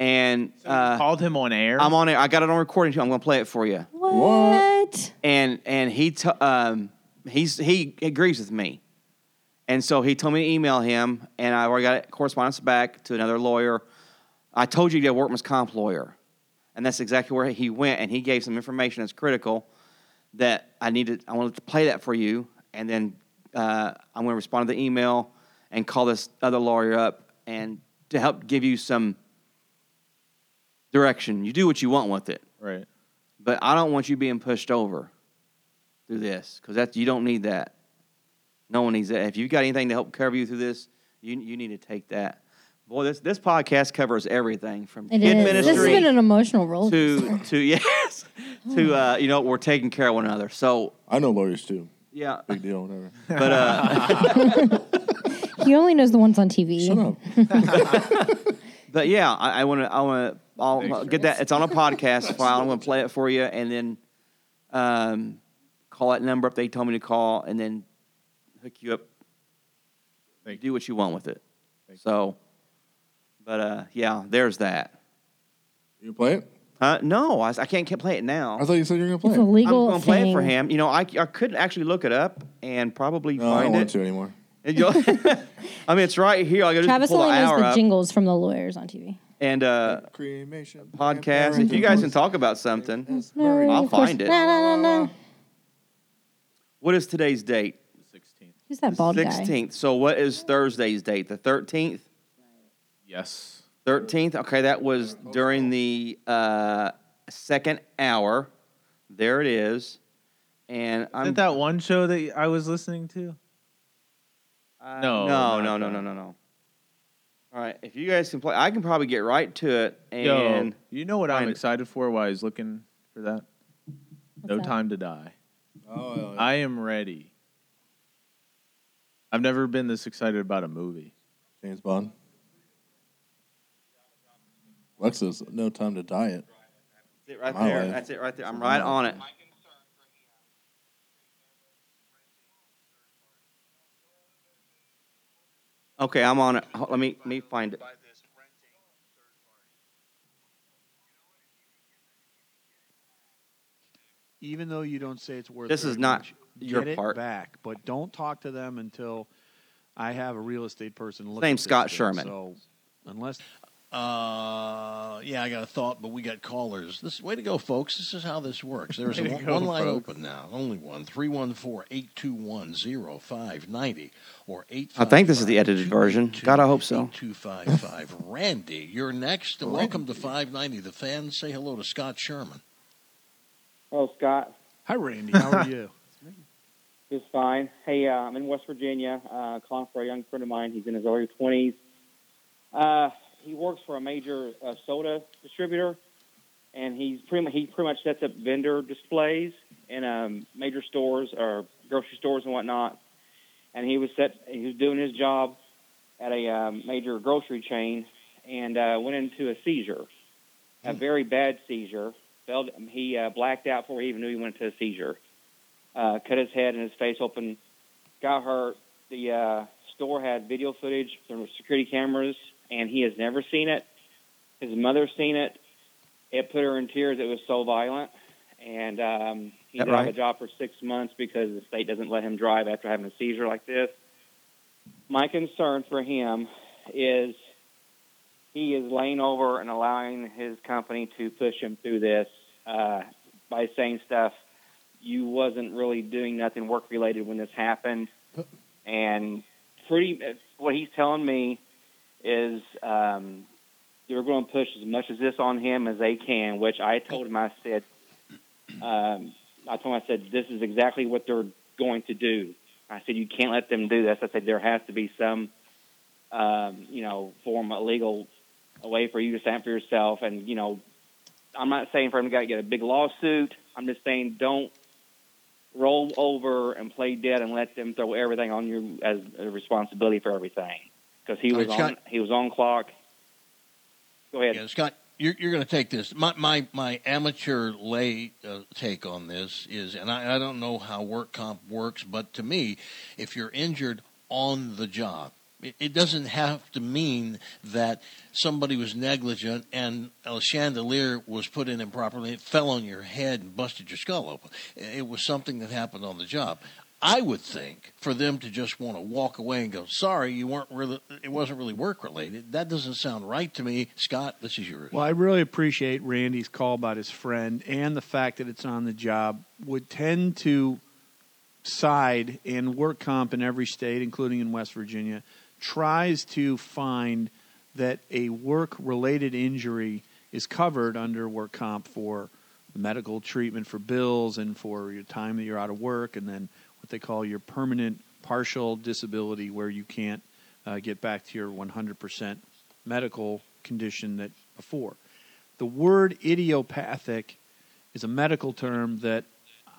And uh,
Called him on air.
I'm on it. I got it on recording too. I'm going to play it for you.
What?
And and he t- um he's he agrees with me, and so he told me to email him, and I already got correspondence back to another lawyer. I told you to get a workman's comp lawyer, and that's exactly where he went, and he gave some information that's critical that I needed. I wanted to play that for you, and then uh, I'm going to respond to the email and call this other lawyer up and to help give you some direction. You do what you want with it,
Right.
but I don't want you being pushed over through this because that's you don't need that. No one needs that. If you've got anything to help cover you through this, you you need to take that. Boy, this this podcast covers everything from
It
kid
is.
ministry
This has been an emotional roller
to to yes to uh, you know we're taking care of one another. So
I know lawyers too.
Yeah.
Big deal, whatever.
But uh,
He only knows the ones on TV.
Shut up.
but yeah, I want to. I want to. I'll I'll get that. It's on a podcast file. I'm going to play it for you, and then um, call that number up. They told me to call, and then hook you up.
Thank
do what you want with it.
Thank
so, but uh, yeah, there's that.
You play it?
Huh? No, I, I can't, can't play it now.
I thought you said you were
It's
gonna
a
play. it.
legal
I'm gonna
thing.
play it for him. You know, I, I could actually look it up and probably
No, I don't
find
want
it.
to anymore.
And you'll- I mean, it's right here. I got to
Travis
pull
only
the
knows
hour
the
up
jingles from the lawyers on TV.
and uh,
Cremation
podcast. If you guys can talk about something, I'll
Of course-
find it.
No, no, no, no.
what is today's date?
Sixteenth.
Who's that bald guy?
Sixteenth. So what is Thursday's date? The thirteenth.
Yes.
Thirteenth. Okay, that was during the uh, second hour. There it is. And I'm
Isn't that one show that I was listening to?
Uh,
No,
no,
not
no, no,
that.
no, no, no. All right, if you guys can play, I can probably get right to it.
Yo,
And
you know what I'm
find it.
excited for? Why I was looking for that? no
that?
time to die.
Oh,
I am ready. I've never been this excited about a movie.
James Bond. Lexus, no time to diet.
that's it right
My
there.
life.
That's it right there. I'm right on it. Okay, I'm on it. Ho- Let me let me find it.
even though you don't say it's worth.
This is
very
not
much,
your
get
part.
It back, but don't talk to them until I have a real estate person. Look
name's
at this
Scott
thing.
Sherman.
So unless
Uh, yeah, I got a thought, but we got callers. This way to go, folks. This is how this works. There is
Way to
one,
go,
one line
folks.
open now, only one 314-821-0590 or eight.
I think this is the edited version. God, I hope so.
Two five five. Randy, you're next. and Welcome to five ninety. The fans say hello to Scott Sherman.
Hello, Scott.
hi Randy, how are you?
Just fine. Hey, uh, I'm in West Virginia, uh, calling for a young friend of mine. He's in his early 20s. Uh, he works for a major uh, soda distributor, and he's pretty much, he pretty much sets up vendor displays in um, major stores or grocery stores and whatnot. And he was set. He was doing his job at a um, major grocery chain, and uh, went into a seizure,
Hmm.
a very bad seizure. Fell, he uh, blacked out before he even knew he went into a seizure uh, cut his head and his face open, got hurt. The uh, store had video footage from security cameras, and he has never seen it. His mother's seen it. It put her in tears. It was so violent, and um, he
That
did have
right?
a job for six months because the state doesn't let him drive after having a seizure like this. My concern for him is he is laying over and allowing his company to push him through this uh, by saying stuff you wasn't really doing nothing work related when this happened and pretty what he's telling me is um, they're going to push as much as this on him as they can which i told him i said um, i told him i said this is exactly what they're going to do i said you can't let them do this i said there has to be some um, you know form of legal a way for you to stand for yourself and you know i'm not saying for him to gotta get a big lawsuit i'm just saying don't roll over and play dead and let them throw everything on you as a responsibility for everything. Because he
All
was
right,
on
Scott.
he was on clock. Go ahead.
Yeah, Scott, you're, you're going to take this. My my my amateur lay uh, take on this is, and I, I don't know how work comp works, but to me, if you're injured on the job, it, it doesn't have to mean that somebody was negligent and a chandelier was put in improperly. It fell on your head and busted your skull open. It was something that happened on the job. I would think for them to just want to walk away and go, "Sorry, you weren't really. It wasn't really work related." That doesn't sound right to me, Scott. This is yours.
Well, I really appreciate Randy's call about his friend and the fact that it's on the job would tend to side and work comp in every state, including in West Virginia, tries to find that a work related injury is covered under work comp for medical treatment for bills and for your time that you're out of work and then what they call your permanent partial disability where you can't uh, get back to your 100% medical condition that before. The word idiopathic is a medical term that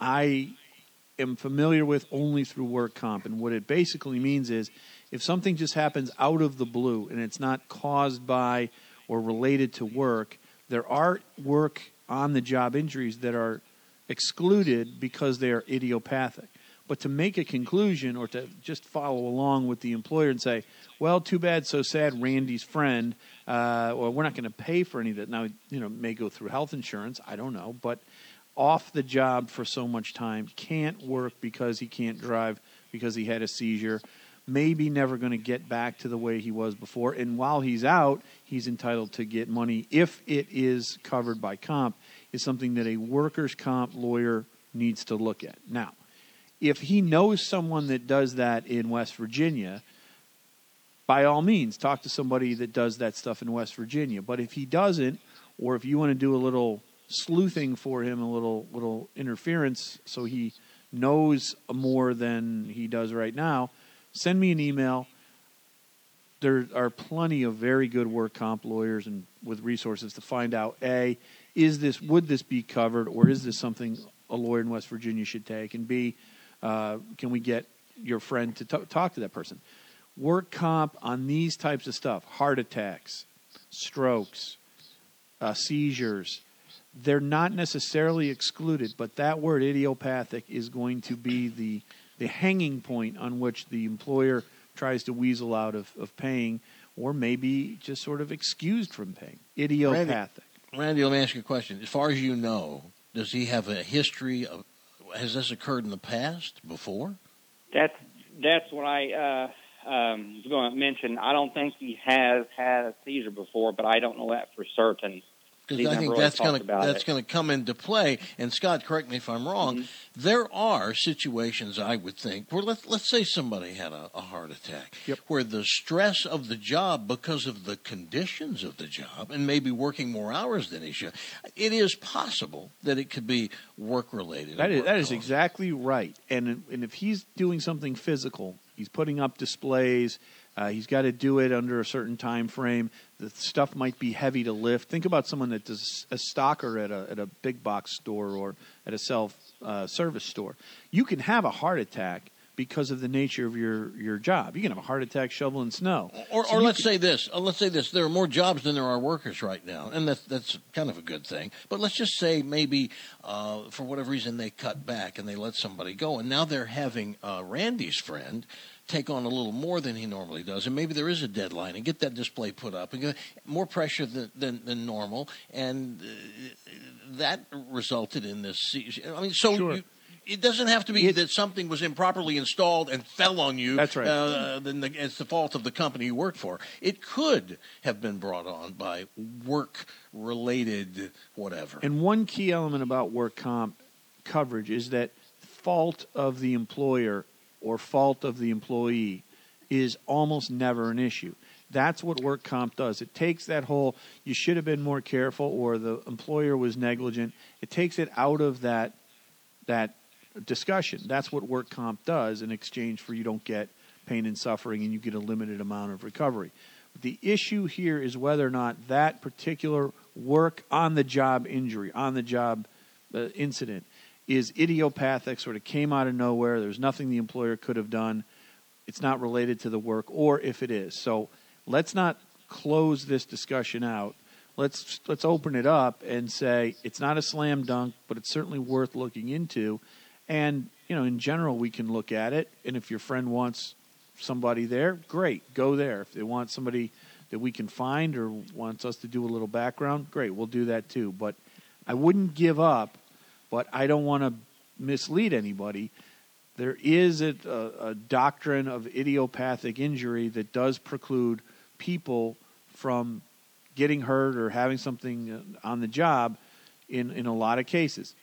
I am familiar with only through work comp. And what it basically means is if something just happens out of the blue and it's not caused by or related to work, there are work on the job injuries that are excluded because they are idiopathic. But to make a conclusion or to just follow along with the employer and say, well, too bad, so sad, Randy's friend, uh, or we're not going to pay for any of that. Now, you know, it may go through health insurance, I don't know, but off the job for so much time, can't work because he can't drive because he had a seizure, maybe never going to get back to the way he was before. And while he's
uh,
out, he's entitled to get money if it is covered by comp, is something that a workers' comp lawyer needs to look at. Now, if he knows someone that does that in West Virginia, by all means, talk to somebody that does that stuff in West Virginia. But if he doesn't, or if you want to do a little sleuthing for him, a little little interference, so he knows more than he does right now, send me an email. There are plenty of very good work comp lawyers and with resources to find out a is this would this be covered or is this something a lawyer in West Virginia should take and b uh, can we get your friend to t- talk to that person? Work comp on these types of stuff, heart attacks, strokes, uh, seizures, they're not necessarily excluded, but that word idiopathic is going to be the the hanging point on which the employer tries to weasel out of, of paying or maybe just sort of excused from paying. Idiopathic.
Randy, let me ask you a question. As far as you know, does he have a history of? Has this occurred in the past before?
That's that's what I uh, um, was going to mention. I don't think he has had a seizure before, but I don't know that for certain.
Because
He's
I
never
think
really
that's
talked
going to
about
that's
it. Mm-hmm.
going to come into play. And Scott, correct me if I'm wrong. There are situations I would think where let let's say somebody had a, a heart attack, where the stress of the job because of the conditions of the job and maybe working more hours than he should, it is possible that it could be work related.
That is, that is exactly right. And and if he's doing something physical, he's putting up displays. Uh, he's got to do it under a certain time frame. The stuff might be heavy to lift. Think about someone that does a stalker at a at a big box store or at a self uh, service store. You can have a heart attack because of the nature of your your job. You can have a heart attack shoveling snow.
Or,
So
or
you
let's say this. uh, Let's say this. There are more jobs than there are workers right now, and that's that's kind of a good thing. But let's just say maybe uh, for whatever reason they cut back and they let somebody go, and now they're having uh, Randy's friend take on a little more than he normally does, and maybe there is a deadline and get that display put up and get more pressure than than, than normal, and uh, that resulted in this. seizure. I mean, so. You, it doesn't have to be that something was improperly installed and fell on you. That's
right.
Uh, then the, it's the fault of the company you work for. It could have been brought on by work-related whatever.
And one key element about work comp coverage is that fault of the employer or fault of the employee is almost never an issue. That's what work comp does. It takes that whole you should have been more careful or the employer was negligent. It takes it out of that that discussion. That's what work comp does in exchange for you don't get pain and suffering and you get a limited amount of recovery. The issue here is whether or not that particular work on the job injury, on the job uh, incident, is idiopathic, sort of came out of nowhere. There's nothing the employer could have done. It's not related to the work, or if it is. So let's not close this discussion out. Let's let's open it up and say it's not a slam dunk, but it's certainly worth looking into. And you know, in general, we can look at it. And if your friend wants somebody there, great, go there. If they want somebody that we can find or wants us to do a little background, great, we'll do that too. But I wouldn't give up. But I don't want to mislead anybody. There is a, a, a doctrine of idiopathic injury that does preclude people from getting hurt or having something uh, on the job in, in a lot of cases.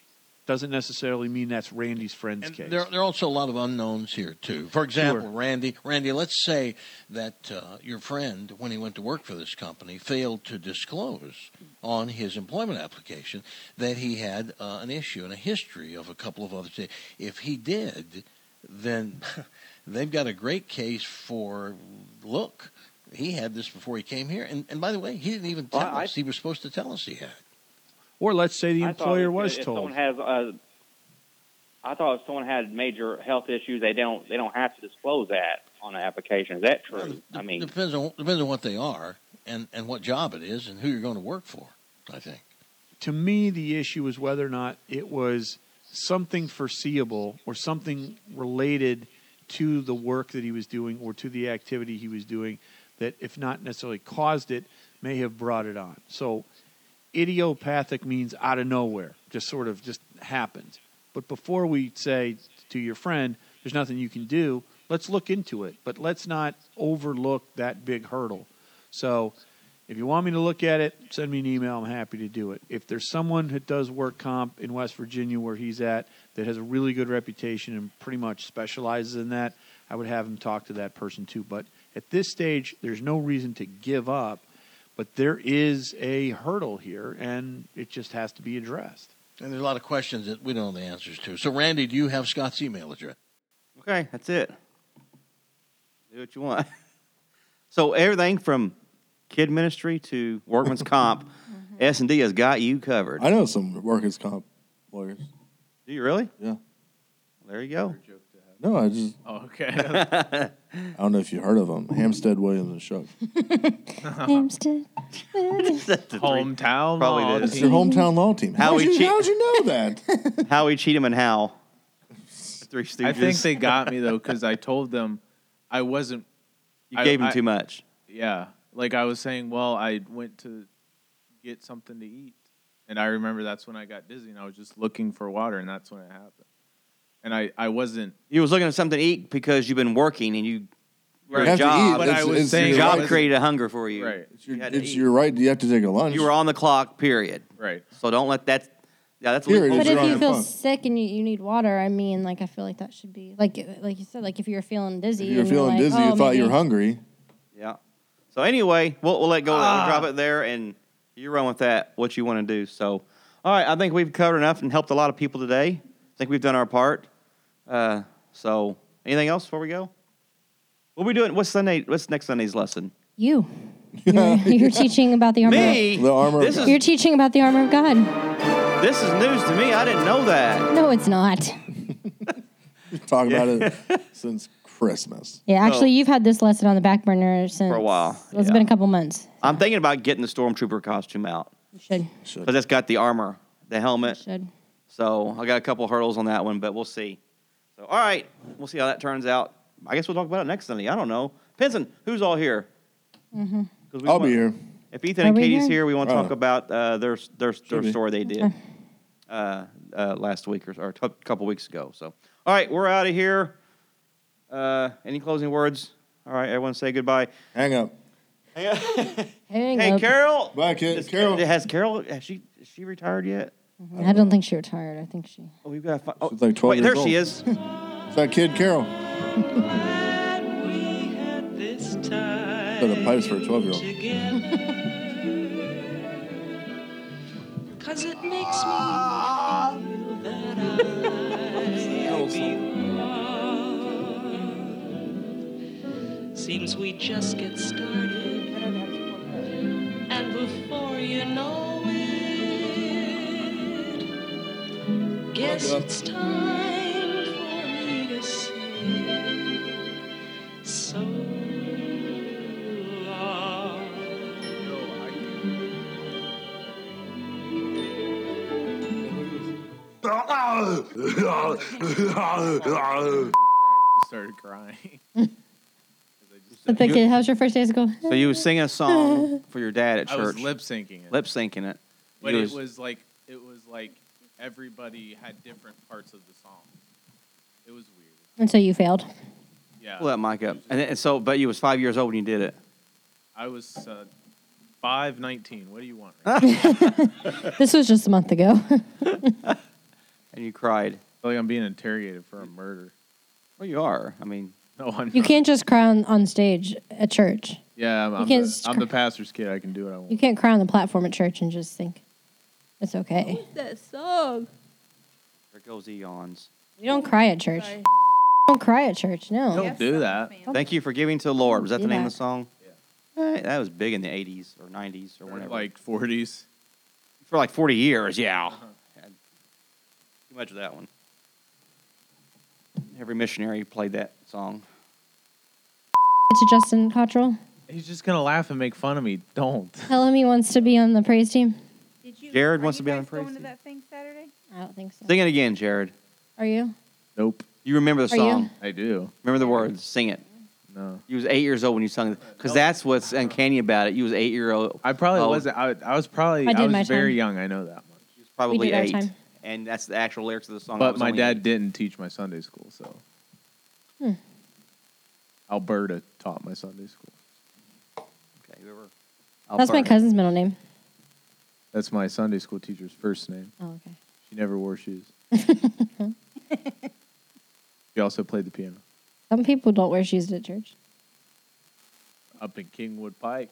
Doesn't necessarily mean that's Randy's friend's case.
There, there are also a lot of unknowns here too. For example, Randy, Randy, let's say that uh, your friend, when he went to work for this company, failed to disclose on his employment application that he had uh, an issue and a history of a couple of other things. If he did, then they've got a great case for look. He had this before he came here, and, and by the way, he didn't even tell
Well, I-
us. he was supposed to tell us he had.
Or let's say the
I thought
employer
if-
was
if
told.
Someone has a, I thought if someone had major health issues, they don't they don't have to disclose that on an application. Is that true? I mean,
Depends on depends on what they are and, and what job it is and who you're going to work for. I think.
to me, the issue is whether or not it was something foreseeable or something related to the work that he was doing or to the activity he was doing that, if not necessarily caused it, may have brought it on. So, idiopathic means out of nowhere, just sort of just happens. But before we say to your friend, there's nothing you can do, let's look into it, but let's not overlook that big hurdle. So, if you want me to look at it, send me an email. I'm happy to do it. If there's someone that does work comp in West Virginia where he's at that has a really good reputation and pretty much specializes in that, I would have him talk to that person too. But at this stage, there's no reason to give up, but there is a hurdle here and it just has to be addressed.
And there's a lot of questions that we don't know the answers to. So, Randy, do you have Scott's email address?
Okay, that's it. Do what you want. So everything from kid ministry to workman's comp, S and D has got you covered.
I know some workers' comp lawyers.
Do you really?
Yeah.
There you go.
No, I just.
Oh, okay.
I don't know if you heard of them. Hampstead, Williams, and Shuck.
Hampstead.
Hometown.
Probably
law
did.
It's your
team.
hometown law team.
How
How'd
we
you,
cheat-
how'd you know that?
Howie, Cheatham, and Hal. Three Stooges.
I think they got me though because I told them I wasn't.
you
I-
gave him
I-
too much.
Yeah, like I was saying. Well, I went to get something to eat, and I remember that's when I got dizzy, and I was just looking for water, and that's when it happened. And I, I wasn't.
You was looking at something to eat because you've been working and you your
You have to
job.
eat.
But
It's-
I was
it's
saying
your-
I
job
wasn't-
created a hunger for you.
Right,
It's your,
You had to
it's
eat.
your right. You have to take a lunch.
You were on the clock. Period.
right.
So don't let that. Yeah, that's a
Period.
loophole.
But
Those are
if
on
you
the
feel
phone.
sick and you, you need water, I mean, like I feel like that should be like like you said, like if you're feeling dizzy,
If you were
and you're
feeling
like,
dizzy,
oh,
you thought you were
maybe-
hungry.
Yeah. So anyway, we'll, we'll let go. of that.
Ah.
We'll drop it there, and you run with that what you want to do. So, all right, I think we've covered enough and helped a lot of people today. I think we've done our part. Uh, so, anything else before we go? What are we doing? What's Sunday? What's next Sunday's lesson?
You, you're, you're teaching about the armor.
Me?
The armor of
This
You're
is
teaching about the armor of God.
this is news to me. I didn't know that.
No, it's not.
Talk about it since Christmas.
Yeah,
So-
actually, you've had this lesson on the back burner since
For a while,
Well, it's
yeah.
been a couple months.
I'm thinking about getting the stormtrooper costume out
You should.
Should.
because that's got the armor, the helmet.
Should.
So I got a couple hurdles on that one, but we'll see. So all right, we'll see how that turns out. I guess we'll talk about it next Sunday. I don't know. Pinson, who's all here? Mm-hmm.
I'll be here.
If Ethan
Are
and
we
Katie's
here?
here, we want to
Right.
talk about uh, their their, their
be.
story they did uh, uh, last week or, or a cou- couple weeks ago. So all right, we're out of here. Uh, any closing words? All right, everyone say goodbye.
Hang up.
Hang
Hey,
up.
Carol.
Bye, Ca-
Is-
Carol.
Has Carol? Has she? Is she retired yet?
I don't think she retired. I think she.
Oh, we've got. To find, oh,
She's like 12
wait, there
years
she is.
It's that kid Carol. But a pipes for a 12 year old.
Cause it makes me feel that I belong. Seems we just get started, and before you know it, guess it's time for me to say so long.
I started crying.
But the kid, how's your first day of school?
So you was singing a song for your dad at
I was
church.
lip syncing it.
lip syncing it.
but
You
it
was-
was like it was like everybody had different parts of the song. It was weird.
And so you failed.
Yeah.
Pull that mic up. And, then- and so, but you was five years old when you did it.
I was uh, five nineteen. What do you want?
This was just a month ago.
And you cried.
I feel like I'm being interrogated for a murder.
Well, you are. I mean,
No, I'm
you
not.
can't just cry on, on stage at church.
Yeah, I'm, I'm,
can't
the,
sc-
I'm the pastor's kid. I can do what I want.
You can't cry on the platform at church and just think it's okay.
That song.
there goes the yawns.
We don't cry at church.
Sorry.
Don't cry at church. No.
Don't do that.
Oh.
Thank you for giving to the Lord. Was that the
Do
name
that.
of the song? Yeah. that was big in the 80s or 90s or
Or
whenever.
Like Uh-huh. forties.
for like 40 years, yeah. Had Too much of that one. every missionary played that song.
to Justin Cottrell.
He's just gonna laugh and make fun of me. Don't.
Tell him he wants to be on the praise team.
Jared wants to be on the praise.
Going to that thing Saturday?
I don't think so.
Sing it again, Jared.
Are you?
Nope.
You remember the
Are you?
song?
I do.
Remember the words? Sing it.
No.
You was eight years old when you sung it, because that's what's uncanny about it. You was eight year old.
I probably
Oh.
wasn't. I, I was probably.
I
I,
did
was
my
very
time.
young. I know that much.
probably
did our
eight,
time.
and that's the actual lyrics of the song. I
But
was
my
only
dad
eight.
didn't teach my Sunday school, so
Hmm.
Alberta taught my Sunday school.
Okay, whoever.
That's my
Alberta.
cousin's middle name.
That's my Sunday school teacher's first name.
Oh, okay.
She never wore shoes. she also played the piano
Some people don't wear shoes to church.
up in Kingwood Pike.